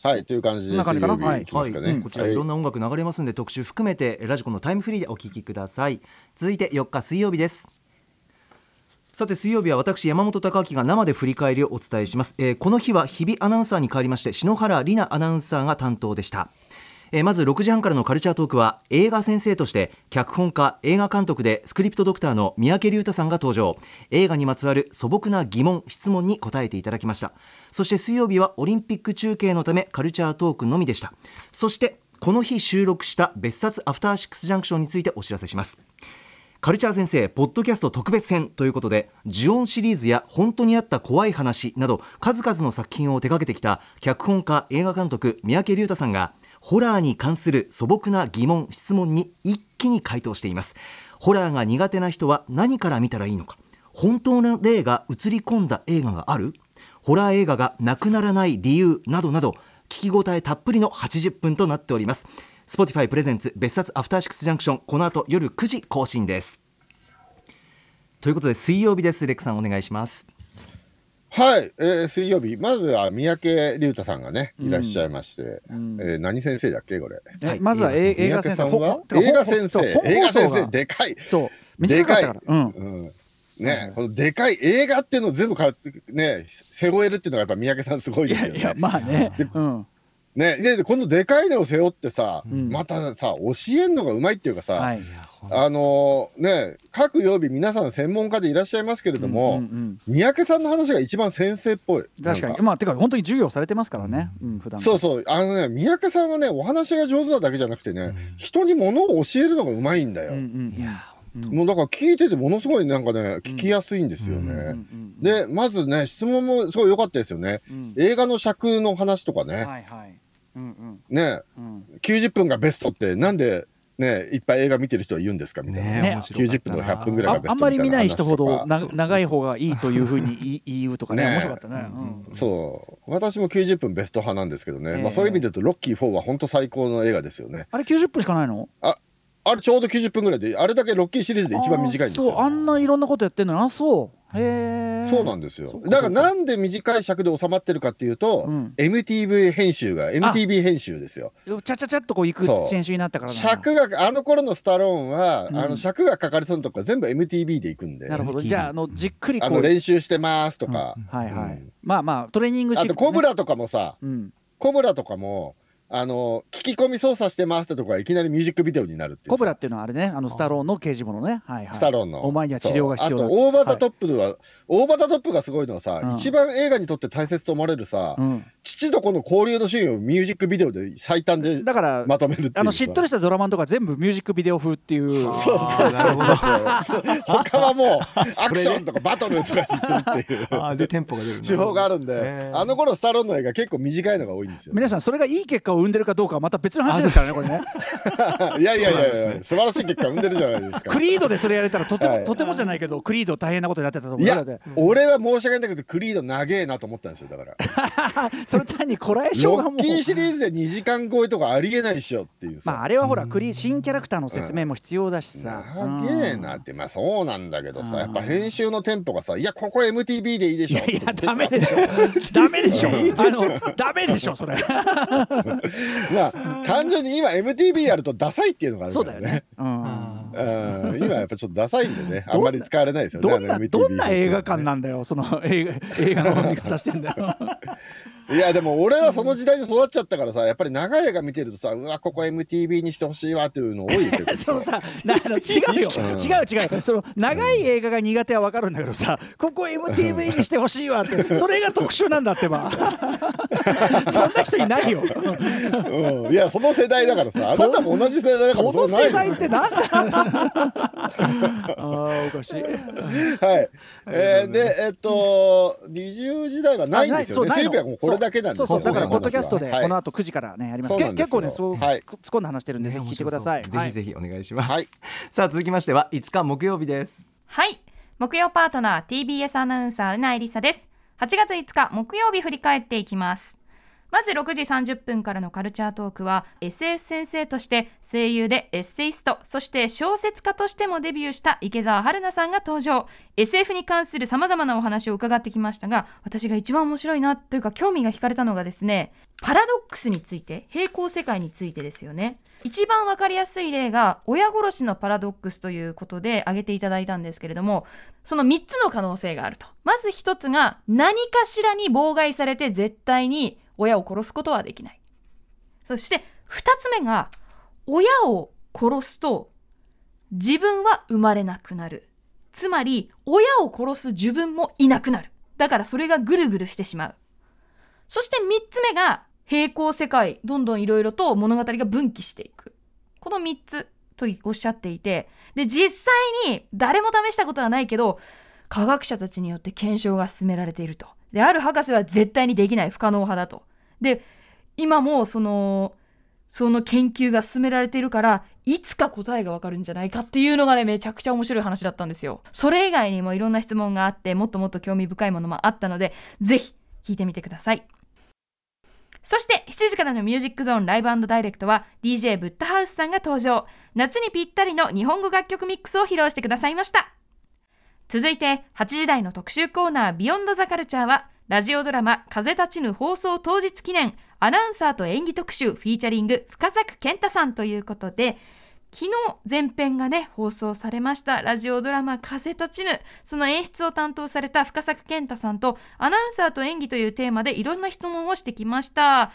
D: はいという感じで
C: こん
D: 水
C: な感
D: 曜
C: じ
D: 日
C: かなはい
D: いきますかね、
C: うん
B: こちらいろんな音楽流れますんで特集含めてラジコンのタイムフリーでお聞きください続いて4日水曜日ですさて水曜日は私山本貴明が生で振り返りをお伝えします、えーこの日は日比アナウンサーに代わりまして篠原里奈アナウンサーが担当でしたえーまず6時半からのカルチャートークは映画先生として脚本家映画監督でスクリプトドクターの三宅龍太さんが登場映画にまつわる素朴な疑問質問に答えていただきましたそして水曜日はオリンピック中継のためカルチャートークのみでしたそしてこの日収録した別冊アフターシックスジャンクションについてお知らせしますカルチャー先生ポッドキャスト特別編ということで呪音シリーズや本当にあった怖い話など数々の作品を手掛けてきた脚本家映画監督三宅龍太さんがホラーに関する素朴な疑問質問に一気に回答していますホラーが苦手な人は何から見たらいいのか本当の霊が映り込んだ映画があるホラー映画がなくならない理由などなど聞き応えたっぷりの80分となっております Spotify プレゼンツ別冊アフターシックスジャンクションこの後夜9時更新ですということで水曜日ですレックさんお願いします
D: はい、えー水曜日、まずは三宅龍太さんがね、いらっしゃいまして、えー何先生だっけ、これ。
C: え
B: はい
C: まずは映
D: 三
C: 映画
D: 宅
C: 先
D: さ
C: 生
D: んは
C: ほてか
D: 映画先
C: ほ
D: 生
C: ほそう、
D: 映画先
C: 本
D: 生、
C: 放送が
D: でかい。
C: そう
D: で
C: 短か
D: か
C: っ
D: い。
C: たからうん
D: うんね、このでかい映画っていうのを全部かね、背負えるっていうのがやっぱ三宅さんすごいですよ
C: いや
D: ね。
C: まあね
D: で
C: うん
D: ね、で、このでかいのを背負ってさ、
C: ん
D: またさ、教えんのがうまいっていうかさ、
C: はい
D: あのね、各曜日皆さん専門家でいらっしゃいますけれど
C: うん
D: も、
C: うん
D: 三宅さんの話が一番先生っぽい。
C: 確か
D: なん
C: にまあてか本当に授業されてますからね、うん、普段
D: そううそう、あのね、三宅さんはね、お話が上手なだけじゃなくてね、人にものを教えるのがうまいんだよ。
C: んうん
H: いや
C: うん
D: もうだから聞いてて、ものすごいなんかね、聞きやすいんですよね。
C: うんうん
D: で、まずね、質問もすごい良かったですよね。
C: うん
D: 映画の尺の話とかね、
C: はいはいうん
D: ね、
C: うんうん
D: 90分がベストって、なんで、ね、いっぱい映画見てる人は言うんですかみたいな。
C: ね
B: 面白か
D: 90
B: った
D: 分と
B: な
D: か100分ぐ
C: あ
D: らいがベ
C: あ
D: ス
C: ん
D: ト
C: まり
D: みたい
C: 見
D: な
C: ない
D: 話
C: 人
D: とか
C: ほどな
B: そうそうそう
C: 長い方がいいというふうに言い言うとかね
D: ねえ
C: 面白かったね、うん
D: そう私も90分ベスト派なんですけどね、
C: ええ
D: まあ、そういう意味で言うとロッキー4は本当最高の映画ですよね
C: あれ90分しかないの
D: あれちょうど90分ぐらいであれだけロッキーシリーズで一番短いんです
C: あーそうあ
D: よ
C: んないろんなことやってんのにあそうへえ
D: そうなんんです
C: そ
D: よ
C: うか
D: だからなんで短い尺で収まってるかっていうと、
C: うん
D: MTV 編集が MTV 編集ですよ
C: ちゃちゃちゃっとこう行く
D: そう
C: 選手になったからなんだ
D: 尺があの頃のスタローンは、
C: うん
D: あの尺がかかりそうなとこは全部 MTV で行くんで
C: なるほど
B: MTV
C: じゃああのじっくりこ
D: あ
C: う
D: の練習してますとか、
C: はいはい、
D: うん
C: まあまあトレーニングシ
D: あ
C: ー
D: とコブラとかもさ、
C: うん
D: コブラとかもあの聞き込み操作してますってとこがいきなりミュージックビデオになるっていうさ
C: コブラっていうのはあれねあのスタローンの刑事物ねはいはい
D: スタローンの、
C: お前には治療が必要だ
D: そうあと大バタトップは、大バタトップがすごいのはさ、
C: うん
D: 一番映画にとって大切と思われるさ、
C: うん
D: 父と子の交流のシーンをミュージックビデオで最短で
C: だから
D: まとめるっていうさ
C: あのしっとりしたドラマンとか全部ミュージックビデオ風っていう
D: そうそうそうそう他 はもうアクションとかバトルとかにするってい
B: あー
D: う
B: でテンポが出る
D: 手法があるんで、
B: えー
D: あの頃スタローンの映画結構短いのが多い んですよ
C: 皆さんそれがいい結果を生んでるかどうかはまた別の話ですからね これね
D: いやいやいや
B: そうなん
D: いや、
B: ですね
D: 素晴らしい結果生んでるじゃないですか
C: クリードでそれやれたらとても、
D: はい
C: とてもじゃないけどクリード大変なことになってたと思う
D: い
C: よ
D: や
C: だって、
D: 俺は申し訳ないけどクリード長えなと思ったんですよ だから
C: それ単にこらえ性
D: ロ
C: がも
D: ッ
C: う
D: キーシリーズで2時間超えとかありえないっしょっていうさ、
C: まああれはほらクリ新キャラクターの説明も必要だしさ、
D: なげえなってまあそうなんだけど
C: うん
D: さやっぱ編集のテンポがさ「いやここ MTV でいいでし
C: い
D: ょ」
C: や いやダメでしょダメでしょあのダメでしょそれ
D: まあ単純に今 MTV やるとダサいっていうのがある
C: そ
D: か
C: うだよ
D: らね
C: ね、うん
D: うん今やっぱちょっとダサいんでねあんまり使われないですよね
C: どん
D: あ
C: な
D: の MTV
C: どんな映画館なんだよその映画映画の見方してんだよ
D: いやでも俺はその時代に育っちゃったからさやっぱり長い映画見てるとさうわここ MTV にしてほしいわっていうの多いですよ
C: そのさなあの違うよ
D: うん
C: 違う違うその長い映画が苦手は分かるんだけどさここ MTV にしてほしいわってそれが特殊なんだってば そんな人いないよ
D: うんいやその世代だか らさあなたも同じ世代だか
C: そ
D: ら
C: の
D: うない
C: 世
D: よ
C: 代って何 なんだあーおかしい
D: はい。えー、で、えっと、20時代はないんですよね。
C: あな
D: セ
C: いそう
D: ーブはもうこれだけなんです
C: そ
D: よ。
C: うそうだから
D: こ
C: ポッド
D: の話
C: キ
D: は
C: ャストで
D: は
C: こ
D: い
C: の後9時からねやります。
D: そう
C: け
D: なんですよ
C: 結構ねすごく
D: は
C: 突
D: い
C: っ込んだ話してるんでぜひ聞いてください。
B: ぜひぜひお願いします、
D: はい
B: さあ続きましては5日木曜日です
G: はい木曜パートナー TBS アナウンサーうなえりさです8月5日木曜日振り返っていきますまず6時30分からのカルチャートークは SF 先生として声優でエッセイストそして小説家としてもデビューした池澤春菜さんが登場 SF に関する様々なお話を伺ってきましたが私が一番面白いなというか興味が惹かれたのがですねパラドックスについて平行世界についてですよね一番わかりやすい例が親殺しのパラドックスということで挙げていただいたんですけれどもその3つの可能性があるとまず1つが何かしらに妨害されて絶対に親を殺すことはできないそして2つ目が親を殺すと自分は生まれなくなるつまり親を殺す自分もいなくなるだからそれがぐるぐるしてしまうそして3つ目が平行世界どんどんいろいろと物語が分岐していくこの3つとおっしゃっていてで実際に誰も試したことはないけど科学者たちによって検証が進められているとである博士は絶対にできない不可能派だとで今もそのその研究が進められているからいつか答えがわかるんじゃないかっていうのがねめちゃくちゃ面白い話だったんですよそれ以外にもいろんな質問があってもっともっと興味深いものもあったのでぜひ聞いてみてくださいそして7時からのミュージックゾーンライブダイレクトは DJ ブッダハウスさんが登場夏にぴったりの日本語楽曲ミックスを披露してくださいました続いて8時台の特集コーナービヨンドザカルチャーはラジオドラマ風立ちぬ放送当日記念アナウンサーと演技特集フィーチャリング深作健太さんということで昨日前編がね放送されましたラジオドラマ「風立ちぬ」その演出を担当された深作健太さんとアナウンサーと演技というテーマでいろんな質問をしてきました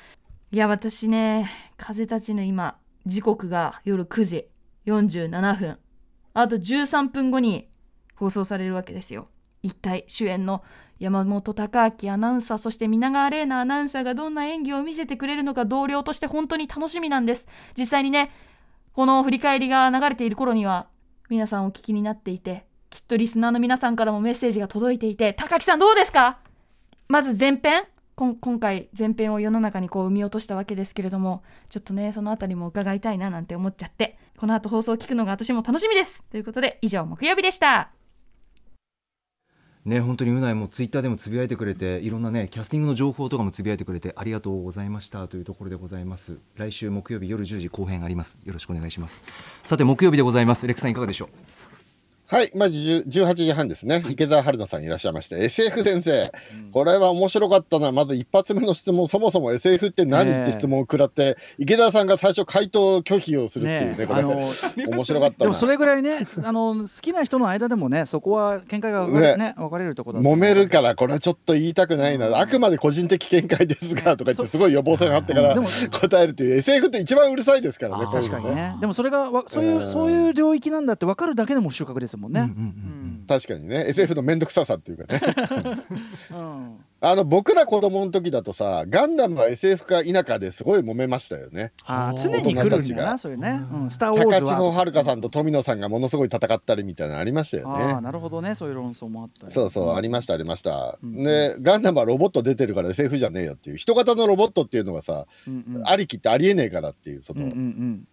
G: いや私ね風立ちぬ今時刻が夜9時47分あと13分後に放送されるわけですよ一体主演の山本隆明アナウンサーそして皆川玲奈アナウンサーがどんな演技を見せてくれるのか同僚として本当に楽しみなんです実際にねこの振り返りが流れている頃には皆さんお聞きになっていてきっとリスナーの皆さんからもメッセージが届いていて高木さんどうですかまず前編こん今回前編を世の中にこう産み落としたわけですけれどもちょっとねそのあたりも伺いたいななんて思っちゃってこの後放送を聞くのが私も楽しみですということで以上木曜日でした
B: ね、本当にうないもツイッターでもつぶやいてくれていろんなねキャスティングの情報とかもつぶやいてくれてありがとうございましたというところでございます来週木曜日夜10時後編ありますよろしくお願いしますさて木曜日でございますレックさんいかがでしょう
D: はい、まあ、10 18時半ですね、池澤春菜さんいらっしゃいまして、SF 先生、これは面白かったな、まず一発目の質問、そもそも SF って
C: ね
D: 何
C: え
D: って質問を食らって、池澤さんが最初、回答拒否をするっていうね、
C: ねえ
D: これ、
C: あの
D: 面白かった
C: で
D: な
C: もそれぐらいねあの好きな人の間でもねそこは見解が分かれ,、ね
D: ね
C: 分かれるところだと
D: 揉
C: 思う
D: めるから、これはちょっと言いたくないな、あくまで個人的見解ですがとか言って、すごい予防線があってから
C: でも
D: 答えるという、SF って一番うるさいですからね、
B: あー
D: こういう
C: 確か
D: の
C: にねでもそれがわそういう、そういう領域なんだって分かるだけでも収穫ですもん
B: うん
C: ね
B: う、ん
D: 確かにね、SF の面倒くささっていうかね。
C: うん
D: あの僕ら子供の時だとさガンダムは SF か否かですごい揉めましたよね
C: あー常に来るんだ
D: 大人たち
C: な
D: が
C: そういうね、うん、スター・ウォ
D: 高
C: ー
D: 千
C: ズ
D: 穂
C: は
D: 遥さんと富野さんがものすごい戦ったりみたいなのありましたよ
C: ああ
D: ね
C: なるほどねそういう論争もあったり
D: そうそうありましたありました、
C: ん
D: でガンダムはロボット出てるから SF じゃねえよっていう人型のロボットっていうのがさ、
C: うんうん
D: ありきってありえねえからっていうそ
C: うんう
D: の、
C: ん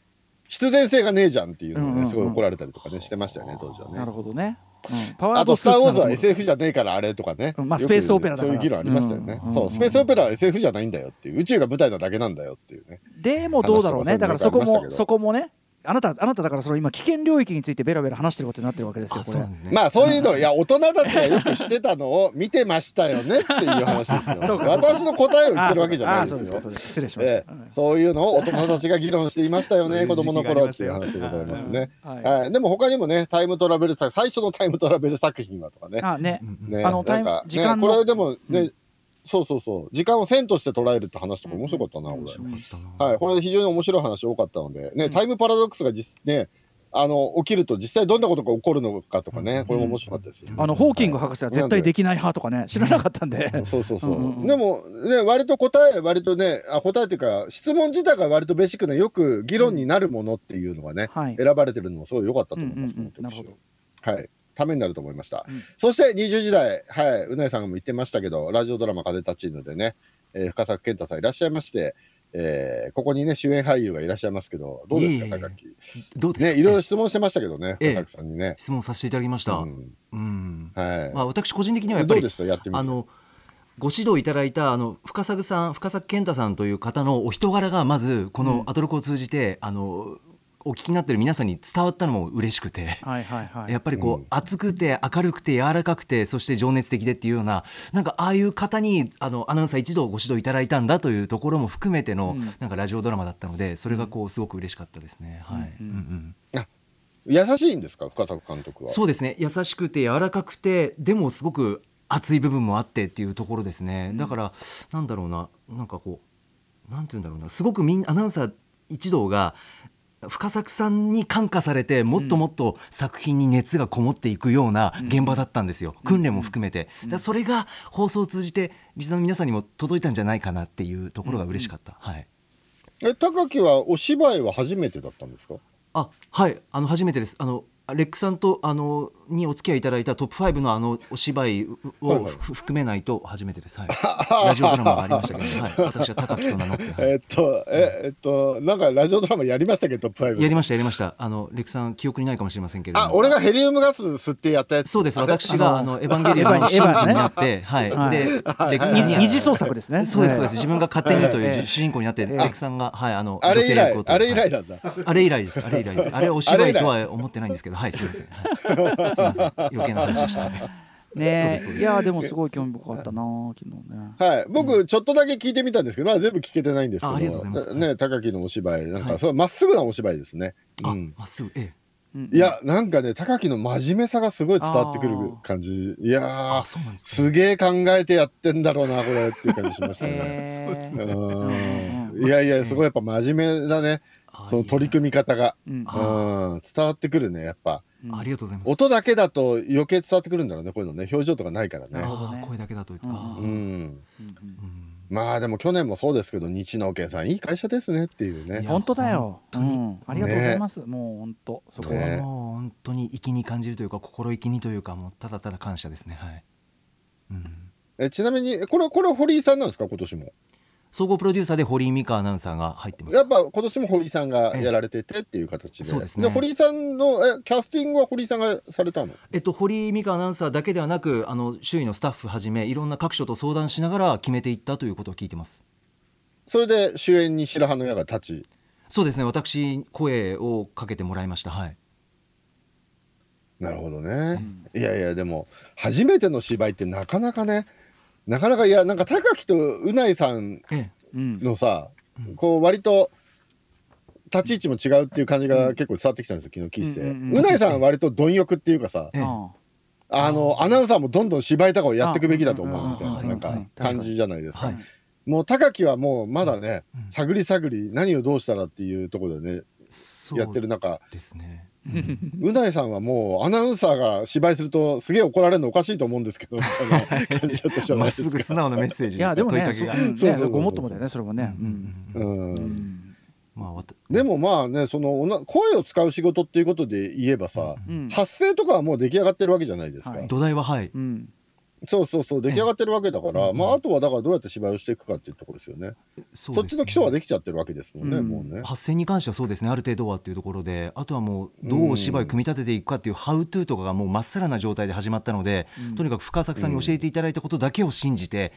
D: 必然性がねえじゃんっていう
C: う
D: のが
C: んうんう
D: ね
C: ん
D: すごい怒られたりとかねしてましたよね当時は
C: うんなる
D: ね
C: ほどね、うん、パ
D: あと「スター・ウォーズ」は
C: なんて
D: SF じゃねえからあれとかね、
C: うんまあ
D: よ
C: ス
D: く
C: ペースオペラだから
D: そういう議論ありましたよね、
C: うん
D: そうスペースオペラは SF じゃないんだよっていう宇宙が舞台なだけなんだよっていうね
C: でもどうだろうねだからそこ
D: 話してません
C: も
D: けど
C: そこもねあなたあなただからその今危険領域についてベラベラ話してることになってるわけですよ
B: あ
C: こ
B: そう
C: れ
B: なんですね、
D: まあそういうのいや大人たちがよくしてたのを見てましたよねっていう話 ですよ。私の答えを言ってるわけじゃないです
C: あーそうかあーそうで。すそ
D: よ
C: うです失礼しました、
D: ええ、そういうのを大人たちが議論していましたよね子供の頃っていう話でございますね。
C: はい
D: はい、でも他にもねタイムトラベル作最初のタイムトラベル作品はとかね。
C: あね、
D: ね
C: あのタイム
D: なんか
C: 時間
D: ね、
C: の
D: これでもね、そうそうそう時間を線として捉えるって話とか面白かったな、俺。
B: 面白かったな
D: はい、これ非常に面白い話多かったので、ね、タイムパラドックスが実、ね、あの起きると実際どんなことが起こるのかとかね、これも面白かったですよ。
C: あのホーキング博士は絶対できない派とかね知らなかったんで
D: そうそうそ
C: う
D: う。
C: んうんうん
D: でも、ね、割と答え、割とね、あ答えというか、質問自体が割とベーシックな、よく議論になるものっていうのがね、
C: はい
D: 選ばれてるのもすごい良かったと思います、
C: うんうんうん
D: この特集
C: なる
D: はい。ためになると思いました。
C: うん
D: そして20時代、はい、うなえさんも言ってましたけど、ラジオドラマ風立ちぬでね、えー深作健太さんいらっしゃいまして、えーここにね、主演俳優がいらっしゃいますけど、どうで
B: いえい
D: す
B: えいえ
D: か、高木。
B: どうですか、
D: ね、いろいろ質問してましたけどね、
B: ええ
D: 深作さんにね。
B: 質問させていただきました、
D: う
B: うんん
D: はい。
B: まあ、私個人的にはやっぱ
D: どう
B: り
D: でしたやってみて。
B: あのご指導いただいたあの深作さん深作健太さんという方のお人柄がまずこのアトロクを通じて、あのお聞きになってる皆さんに伝わったのも嬉しくて。
C: はいはいはい
B: やっぱりこう、
D: うん
B: 熱くて明るくて柔らかくてそして情熱的でっていうようななんかああいう方にあのアナウンサー一同ご指導いただいたんだというところも含めての、
C: うん
B: なんかラジオドラマだったのでそれがこうすごく嬉しかったですね。はい、
C: うんうん
B: うんうん
D: 優しいんですか、深作監督は。
B: そうですね優しくて柔らかくてでもすごく熱い部分もあってっていうところですね、だからなんだろうななんかこうなんて言うんだろうなすごくみんアナウンサー一同が深作さんに感化されてもっともっと作品に熱がこもっていくような現場だったんですよ、訓練も含めて、だからそれが放送を通じてリスナーの皆さんにも届いたんじゃないかなっていうところが嬉しかった、はい
D: え高木はお芝居は初めてだったんですか
B: あはいあの初めてですあのレックさんとあのにお付き合いいただいたトップ5のあのお芝居を、
D: はいはい
B: ふ含めないと初めてです、 はい、ラジオドラマがありましたけど、はい、私は高木と名乗って、はい
D: えっとええっとなんかラジオドラマやりましたけどトップ5
B: やりましたやりましたあのレックさん記憶にないかもしれませんけれども
D: あ俺がヘリウムガス吸ってやったやつ
B: そうです
D: あれ
B: 私があのエヴァンゲ リオンの
C: エ
B: 真
C: ヴァ
B: 珠
C: ね
B: になって、はい
C: はい
B: でレックさん
C: 二次
B: に
C: 二次創作ですね
B: そうですそうです
C: はい
B: 自分が勝手にという
C: ええ
B: 主人公になってレックさんがはいあの
D: あれ以来
B: と
D: あれ以
B: は
D: 来
B: い
D: なんだ、
B: あれ以来ですあれ以来ですあれお芝居とは思ってないんですけどはいすみません、はい、すみません余計な話でした、ねそう
C: ね
B: ですそうです
C: いやでもすごい興味深かったな昨日ね
D: はい、僕ちょっとだけ聞いてみたんですけど、まだ全部聞けてないんですけど
B: あありがとうございます
D: ね、高木のお芝居なんか、
B: はい
D: そうまっすぐなお芝居ですね、う
B: あ
D: ん、
B: まっすぐええ
C: うん
D: いやなんかね高木の真面目さがすごい伝わってくる感じいや
B: あ
D: ー
B: そうなんですね
D: すげえ考えてやってんだろうなこ れっていう感じしましたね、
C: へー
D: う
C: うんうん
D: んいやいや、すごいやっぱ真面目だね。
B: はい
D: その取り組み方が、
I: うん
D: うん、伝わってくるねやっぱ
B: ありがとうございます。
D: 音だけだと余計伝わってくるんだろうねこういうのね表情とかないから
I: なる
D: ね
I: ほどね
B: あー声だけだと言って。
I: うん
B: あー
D: う
I: う
D: ん
I: ん
B: うん
D: まあでも去年もそうですけど日農研さんいい会社ですねってい
B: い
D: うね
B: や
I: 本当だよ。う
B: 本当に
I: ん、ありがとうございます。もう本当そこは、
D: ね
B: もう本当に粋に感じるというか心意気にというかもうただただ感謝ですねはい、うん、
D: えちなみにこれこれ堀井さんなんですか今年も
B: 総合プロデューサーで堀井美香アナウンサーが入ってます
D: やっぱ今年も堀井さんがやられててっていう形
B: ええ
D: で,、
B: そうですね
D: 堀井さんのえキャスティングは堀井さんがされたの
B: えっと、堀井美香アナウンサーだけではなくあの周囲のスタッフはじめいろんな各所と相談しながら決めていったということを聞いてます
D: それで主演に白羽の矢が立ち
B: そうですね私声をかけてもらいましたはい
D: なるほどね、いやいやでも初めての芝居ってなかなかねなかなかいやなんか高木とうないさん
B: え
I: うん、
D: のさ、こう割と立ち位置も違うっていう感じが結構伝わってきたんですよ昨日聞いてて、
I: う
D: うん
I: うんうん
D: ないさんは割と貪欲っていうかさ
B: えええ
I: あ
D: あのアナウンサーもどんどん芝居とかをやっていくべきだと思うみたい
B: あ
D: な
B: ー
D: なんか
B: はい
D: 感じじゃないですか、
B: はい
D: もう高木はもうまだね、
B: うん
D: 探り探り何をどうしたらっていうところでね
B: そう
D: やってる中
B: ですね
D: うないさんはもうアナウンサーが芝居するとすげえ怒られるのおかしいと思うんですけどみたいな感じだったじゃな
B: ま
D: い
B: っ
D: です
B: す
D: か。
B: ぐ素直なメッセー
I: い
B: ジ
I: やでもね、
B: 問いか
I: そ
B: け
I: う
B: が
I: うん
D: そうそうそう
I: ね、
D: そう
I: ごもっともだよね、それもね。う
B: う
I: ん
B: うん
I: ん
B: うん
D: うん
B: まあわた
D: でもまあねそのおな声を使う仕事っていうことで言えばさ、
I: うん
D: 発声とかはもう出来上がってるわけじゃないですか、
I: はい
B: 土台ははい
I: うん
D: そうそうそう出来上がってるわけだから、
B: うん
D: まああとはだからどうやって芝居をしていくかっていうところですよねそ
B: そ
D: っちの基礎は
B: で
D: できちゃってるわけですもんね、
I: うん
D: もうね
B: 発声に関してはそうですねある程度はっていうところであとはもうどうお芝居組み立てていくかっていう「ハウトゥー」とかがもうまっさらな状態で始まったので、とにかく深作さんに教えていただいたことだけを信じて、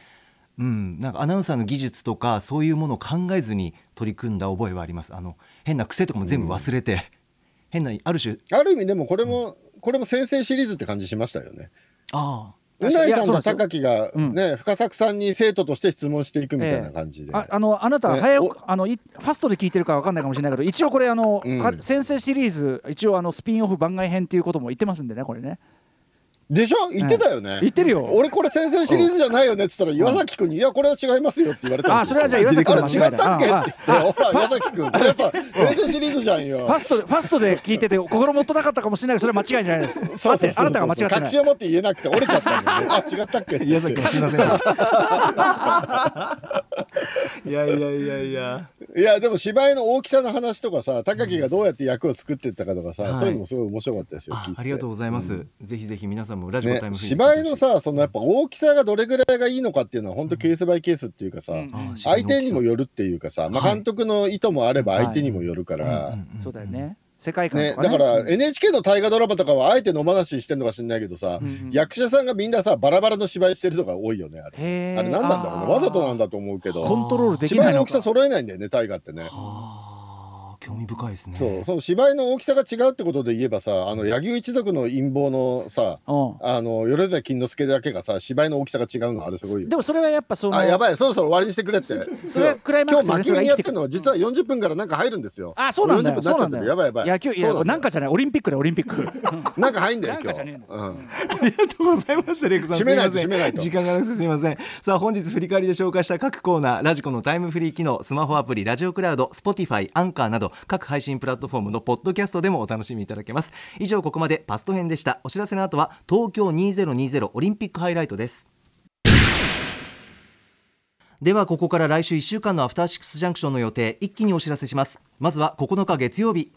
B: うんなんかアナウンサーの技術とかそういうものを考えずに取り組んだ覚えはありますあの変な癖とかも全部忘れて、変なある種
D: ある意味でもこれも、これも先生シリーズって感じしましたよね
B: あ
D: うないさん
I: いやそうなんで
D: と
I: すよ
D: 高木が
I: うん
D: ね、深作さんに生徒として質問していくみたいな感じで、
I: ああのあなたは
D: ね
I: 早く
D: お
I: あのいファストで聞いてるかわかんないかもしれないけど一応これあの、
D: うん
I: か先生シリーズ一応あのスピンオフ番外編っていうことも言ってますんでねこれね
D: でしょ言ってたよね、
I: 言ってるよ
D: 俺これ先生シリーズじゃないよねっつったら岩崎君に「いやこれは違いますよ」って言われたん
I: あ
D: です
I: そ
D: よ
I: れはじゃあ岩崎君の間
D: あ
I: 違い
D: れ違っ
I: だうんあ
D: たっけって言ってほら岩崎君これやっぱ先生シリーズじゃん
I: ファ
D: よ
I: ストでファストで聞いてて心もとなかったかもしれないけどそれは間違いじゃないです
D: そうそうそう
I: あなたが間違ってな
D: 確
I: い
D: 信を持って言えなくて折れちゃったんだよねあ違ったっけっ
B: あ
D: て
B: 宮
D: 言っ
B: 崎
D: て
B: 君すいませんいやいやいやいや
D: いやでも芝居の大きさの話とかさ高木がどうやって役を作ってったかとかさ、
B: はい
D: そういうのもすごい面白かったですよ
B: あ
D: 聞いてて
B: ありがとうございます、ぜひぜひ皆さんもラジコ
D: ね
B: タイム、フリーで
D: 芝居のさそのやっぱ大きさがどれぐらいがいいのかっていうのは本当ケースバイケースっていうかさ、
I: うん
B: あ
D: 相手にもよるっていうかさ、まあ、
B: はい
D: 監督の意図もあれば
I: はい
D: 相手にもよるから、
I: そうだよね世界観
D: ね
I: とかね
D: だから、NHK の大河ドラマとかはあえて野放ししてんのか知んないけどさ、
I: ん
D: 役者さんがみんなさバラバラの芝居してるとか多いよねあれ、
I: へー
D: あれ何なんだろうねわざとなんだと思うけ
I: コ
D: ど
I: ントロールでき
D: 芝
I: ない
D: 居の
I: の
D: 大きさ
I: か
D: 揃えないんだよね大河ってね。
B: あー興味深いですね
D: そうその芝居の大きさが違うってことで言えばさあの柳生一族の陰謀のさ
I: う
D: あの米沢金之助だけがさ芝居の大きさが違うのあれすご
I: ん
D: いよ
I: で。もそれはやっぱその
D: あやばいそろそろ終わりにしてくれって
I: それはクライマッ
D: 今
I: ク
D: 日
I: スでねそ
D: 巻き
I: れ
D: 目
I: が
D: に
I: 生
D: やっ
I: きて
D: て
I: く
D: ん
I: る
D: のは実は40分からなんか入るんですよ
I: あそうなんだよ
D: 40分
I: そう
D: にな
I: なんだよ
D: っちゃってるやばいやばい
I: 野球いや
D: そう
I: な
D: なんん
I: か
D: か
I: じゃないオリンピックだよオリンピック
D: なんか入んだよ
I: なん
D: 今
I: か
D: 日
I: じゃねえ
D: うん
B: ありがとうございました、レイクさん。
D: 締めないと
B: すいません
D: 締めないと
B: 時間がなくてすみません。さあ、本日振り返りで紹介した各コーナー、ラジコのタイムフリー機能、スマホアプリ、ラジオクラウド、Spotify、アンカーなど、各配信プラットフォームのポッドキャストでもお楽しみいただけます。以上、ここまでパスト編でした。お知らせの後は、東京2020オリンピックハイライトです。ではここから来週1週間のアフターシックスジャンクションの予定一気にお知らせしますまずは9日月曜日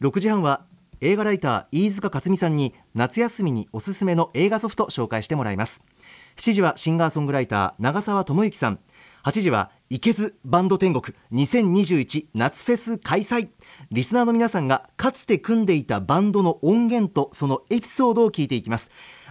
B: 6時半は映画ライター飯塚克美さんに夏休みにおすすめの映画ソフト紹介してもらいます7時はシンガーソングライター長澤智之さん8時は「いけずバンド天国2021夏フェス開催」リスナーの皆さんがかつて組んでいたバンドの音源とそのエピソードを聞いていきます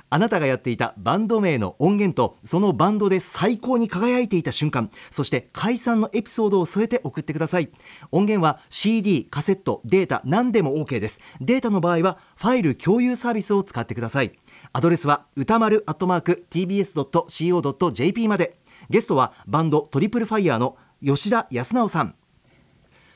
B: あなたがやっていたバンド名の音源とそのバンドで最高に輝いていた瞬間そして解散のエピソードを添えて送ってください音源は CD カセットデータ何でも OK ですデータの場合はファイル共有サービスを使ってくださいアドレスは歌丸 .tbs.co.jp までゲストはバンドトリプルファイヤーの吉田康直さん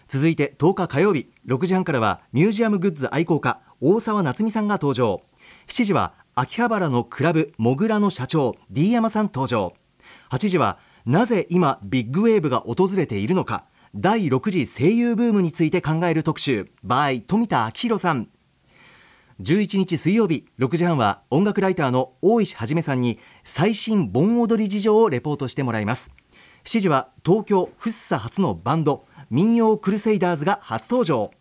B: 続いて10日火曜日6時半からはミュージアムグッズ愛好家大沢夏美さんが登場7時は秋葉原のクラブモグラの社長 D 山さん登場8時はなぜ今ビッグウェーブが訪れているのか第6次声優ブームについて考える特集 by 富田明宏さん11日水曜日6時半は音楽ライターの大石はじめさんに最新盆踊り事情をレポートしてもらいます7時は東京フッサ初のバンド民謡クルセイダーズが初登場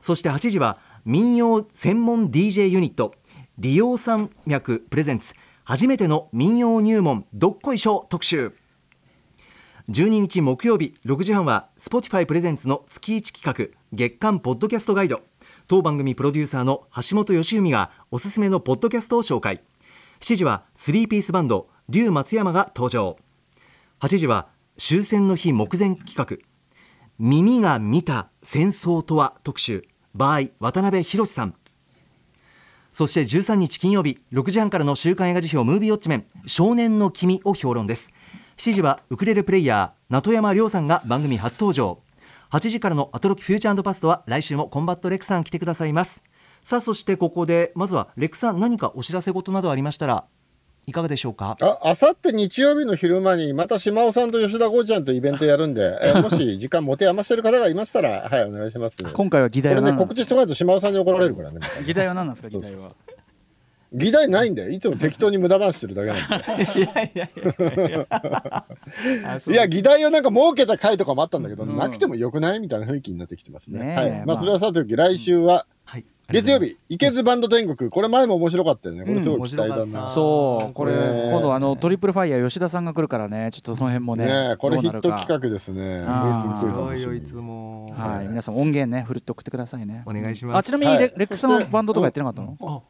B: そして8時は民謡専門 DJ ユニット利用山脈プレゼンツ初めての民謡入門どっこいしょ特集12日木曜日6時半は Spotify プレゼンツの月1企画月間ポッドキャストガイド当番組プロデューサーの橋本良文がおすすめのポッドキャストを紹介7時はスリーピースバンド龍松山が登場8時は終戦の日目前企画耳が見た戦争とは特集 by 渡辺博さんそして13日金曜日6時半からの週刊映画辞表ムービーウォッチメン少年の君を評論です7時はウクレレプレイヤー名戸山亮さんが番組初登場8時からのアトロキフューチャーパストは来週もコンバットレックさん来てくださいますさあそしてここでまずはレックさん何かお知らせ事などありましたらいかがでしょうか
D: あ、あさって日曜日の昼間に、また島尾さんと吉田剛ちゃんとイベントやるんで、 えもし時間持て余してる方がいましたら、はい、お願いします。こ
C: 今回は議題
D: れ
C: は
D: ね、
C: 何なん
D: 告
C: で
D: 知しとかないと島尾さんに怒られるからね。
C: すか議題は何なんですか議題は
D: 議題ないんだよ。いつも適当に無駄話してるだけなん で。
C: いやいやいやいやあそう
D: いや、議題をなんか設けた回とかもあったんだけど、なくてもよくないみたいな雰囲気になってきてますね。
C: ねえ
D: はい。ま
C: まあ
D: あ、それはさておき、来週は、
B: はい
D: 月曜日、いけずバンド天国。これ前も面白かったよね。これすご
B: うん
D: い期待だ
B: 面白か
D: な
B: っ。
C: そうこれ
D: ねえ
C: 今度あのトリプルファイヤー吉田さんが来るからねちょっとその辺もね
D: ねえこれ
C: どう
D: ヒ
C: な
D: ッ
C: る
D: ト
C: か
D: 企画ですね。
C: あー
D: これすごい楽しみ
B: も
C: はい皆さん音源ね振るって送ってくださいね
B: お願いします
C: あちなみに
D: は
C: レ
D: い
C: レックさんはバンドとかやってなかったの
B: あ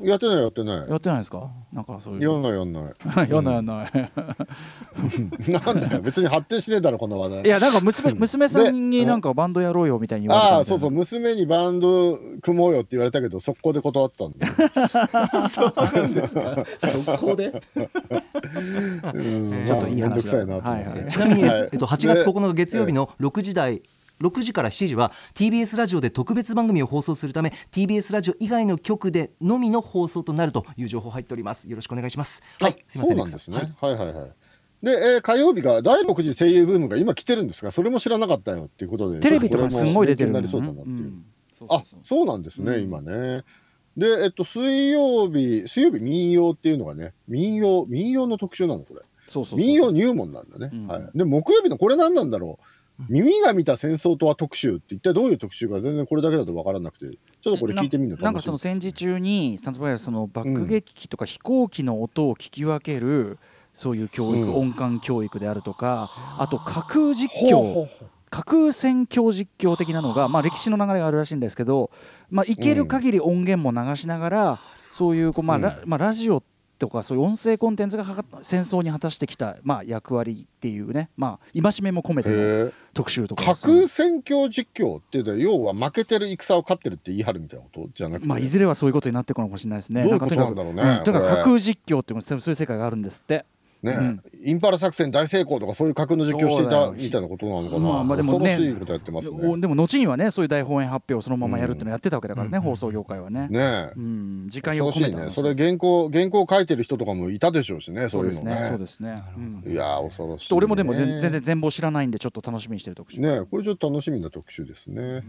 D: やってないやってない
C: や。ってないですかなんかそういう
D: やんないやんない。
C: 読んだ読んだ。
D: なんだよ、別に発展しねえだろ、この話題。
C: いやなんか娘娘さんになんかバンドやろうよみたいに言われた
D: ああ、
C: みたい
D: そう
C: な
D: そう、娘にバンド組もうよって言われたけど、速攻で断ったんだよ。
B: 速攻で
D: うん
C: ちょっといい
D: まあめんど
C: 話
D: くさ
C: だ
D: いなと思って。
C: はいはい
B: ちなみに、
D: はい
B: えっと、8月
D: で
B: 9日月曜日の6時台6時から7時は TBS ラジオで特別番組を放送するため TBS ラジオ以外の局でのみの放送となるという情報入っておりますよろしくお願いしますはいすいませ
D: そうんなんです
B: レック
D: ね。はいはいはい。で、えー火曜日が第6次声優ブームが今来てるんですが、それも知らなかったよっていうことで、
C: テレビとかすごい出てる
D: ち
C: もんね
D: ょっとこれも勉強になりそうだなっていう。
C: うんそうそう
D: あ
C: そう
D: そうなんですね、
C: うん
D: 今ね。で、えっと、水曜日、水曜日民謡っていうのがね、民謡、民謡の特集なの、これ。
C: そうそうそう
D: 民謡入門なんだね、
C: うん
D: はい、で木曜日のこれ何なんだろう耳が見た戦争とは特集って一体どういう特集か全然これだけだと分からなくてちょっとこれ聞いてみるの
C: ななんかその戦時中にスタンツバイアその爆撃機とか飛行機の音を聞き分ける、そういう教育、
D: うん
C: 音感教育であるとかあと架空実
D: ほう
C: 況
D: ほうほう
C: 架空戦況実況的なのが、まあ、歴史の流れがあるらしいんですけど、まあ、いける限り音源も流しながら、そういうこう、まあラまあ、ラジオとかそういう音声コンテンツがはか戦争に果たしてきた、まあ、役割っていうね、まあ、戒めも込めての
D: へえ
C: 特集とか
D: 架
C: ですね
D: 空戦況実況っていうのは要は負けてる戦を勝ってるって言い張るみたいなことじゃなくて、
C: まあ、いずれはそういうことになってくるかもしれないですね。
D: どういうことなんだろうね
C: とにかくうんとにかく架
D: これ
C: 空実況っていうのそうそういう世界があるんですって。
D: ね、
C: うん
D: インパラ作戦大成功とかそういう架空の実況し
C: そ
D: てい
C: うだ
D: た
C: よ
D: みたいなことなのかな、
C: まあまあでもね
D: 恐ろしいことやってます
C: お
D: ね。
C: でも後にはねそういう大本営発表をそのままやるっていうのをやってたわけだからね、放送業界はね。
D: ねえ
C: うん、時間
D: 恐
C: を
D: ろし
C: 込め
D: い
C: た話
D: ね
C: です
D: それ原稿原稿書いてる人とかもいたでしょうしね
C: そ
D: そううい
C: で
D: う
C: す
D: の
C: ね。そう
D: ね
C: ですね。うん
D: いやー恐ろし
C: ちょ
D: い、
C: っと俺もでも全全然全貌知らないんでちょっと楽しみにしてる特集。
D: ねえこれちょっと楽しみな特集ですね。はい。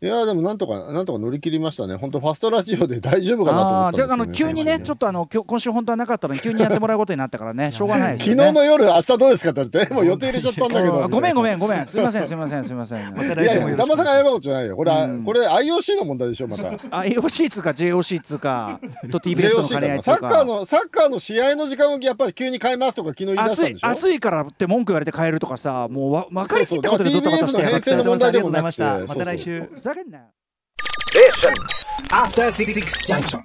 D: いやーでもなんとかなんとか乗り切りましたね。本当ファストラジオで大丈夫かなと思
C: あ
D: っ
C: あじ
D: た
C: ゃああ
D: ん
C: の
D: ですけど、
C: 急にねちょっとあの今日今週本当はなかったのに急にやってもらうことになったからねしょうがないです
D: 昨
C: よ
D: 日
C: ね。
D: の夜明日どうですかって言 われてもう予定入れちゃったんだけ
C: あ
D: ど。
C: ごめんご
D: ん。
C: めんごめんすいませんすいませんすいません。
B: また
D: い
B: 来
D: やい
B: 週
D: や
B: もよろ
D: だ
B: しく
D: ま
B: お
D: さん
B: 願いしま
D: が謝ることじゃないよ。これ、
C: ん
D: これ IOC の問題でしょまた。
C: あ AOC つうか JOC つうかと TBS との
D: JOC
C: 兼ね合い
D: が
C: つう
D: サ
C: か。
D: ッカーのサッカーの試合の時間をやっぱり急に変えますとか昨日言い出し
C: 暑
D: たん
C: い
D: でしょ。
C: 暑いからって文句言われて変えるとかさもうわ分か
D: そう
C: りき
D: そう
C: ったこ
D: だか
C: と
D: ら
C: でどっとか
D: TBS
C: して
D: の
C: やがっ
D: 編
C: て
D: 成の問題でもなくて。
B: ありがとうございました
C: ふざけんなよ
J: Station! After Six Junction.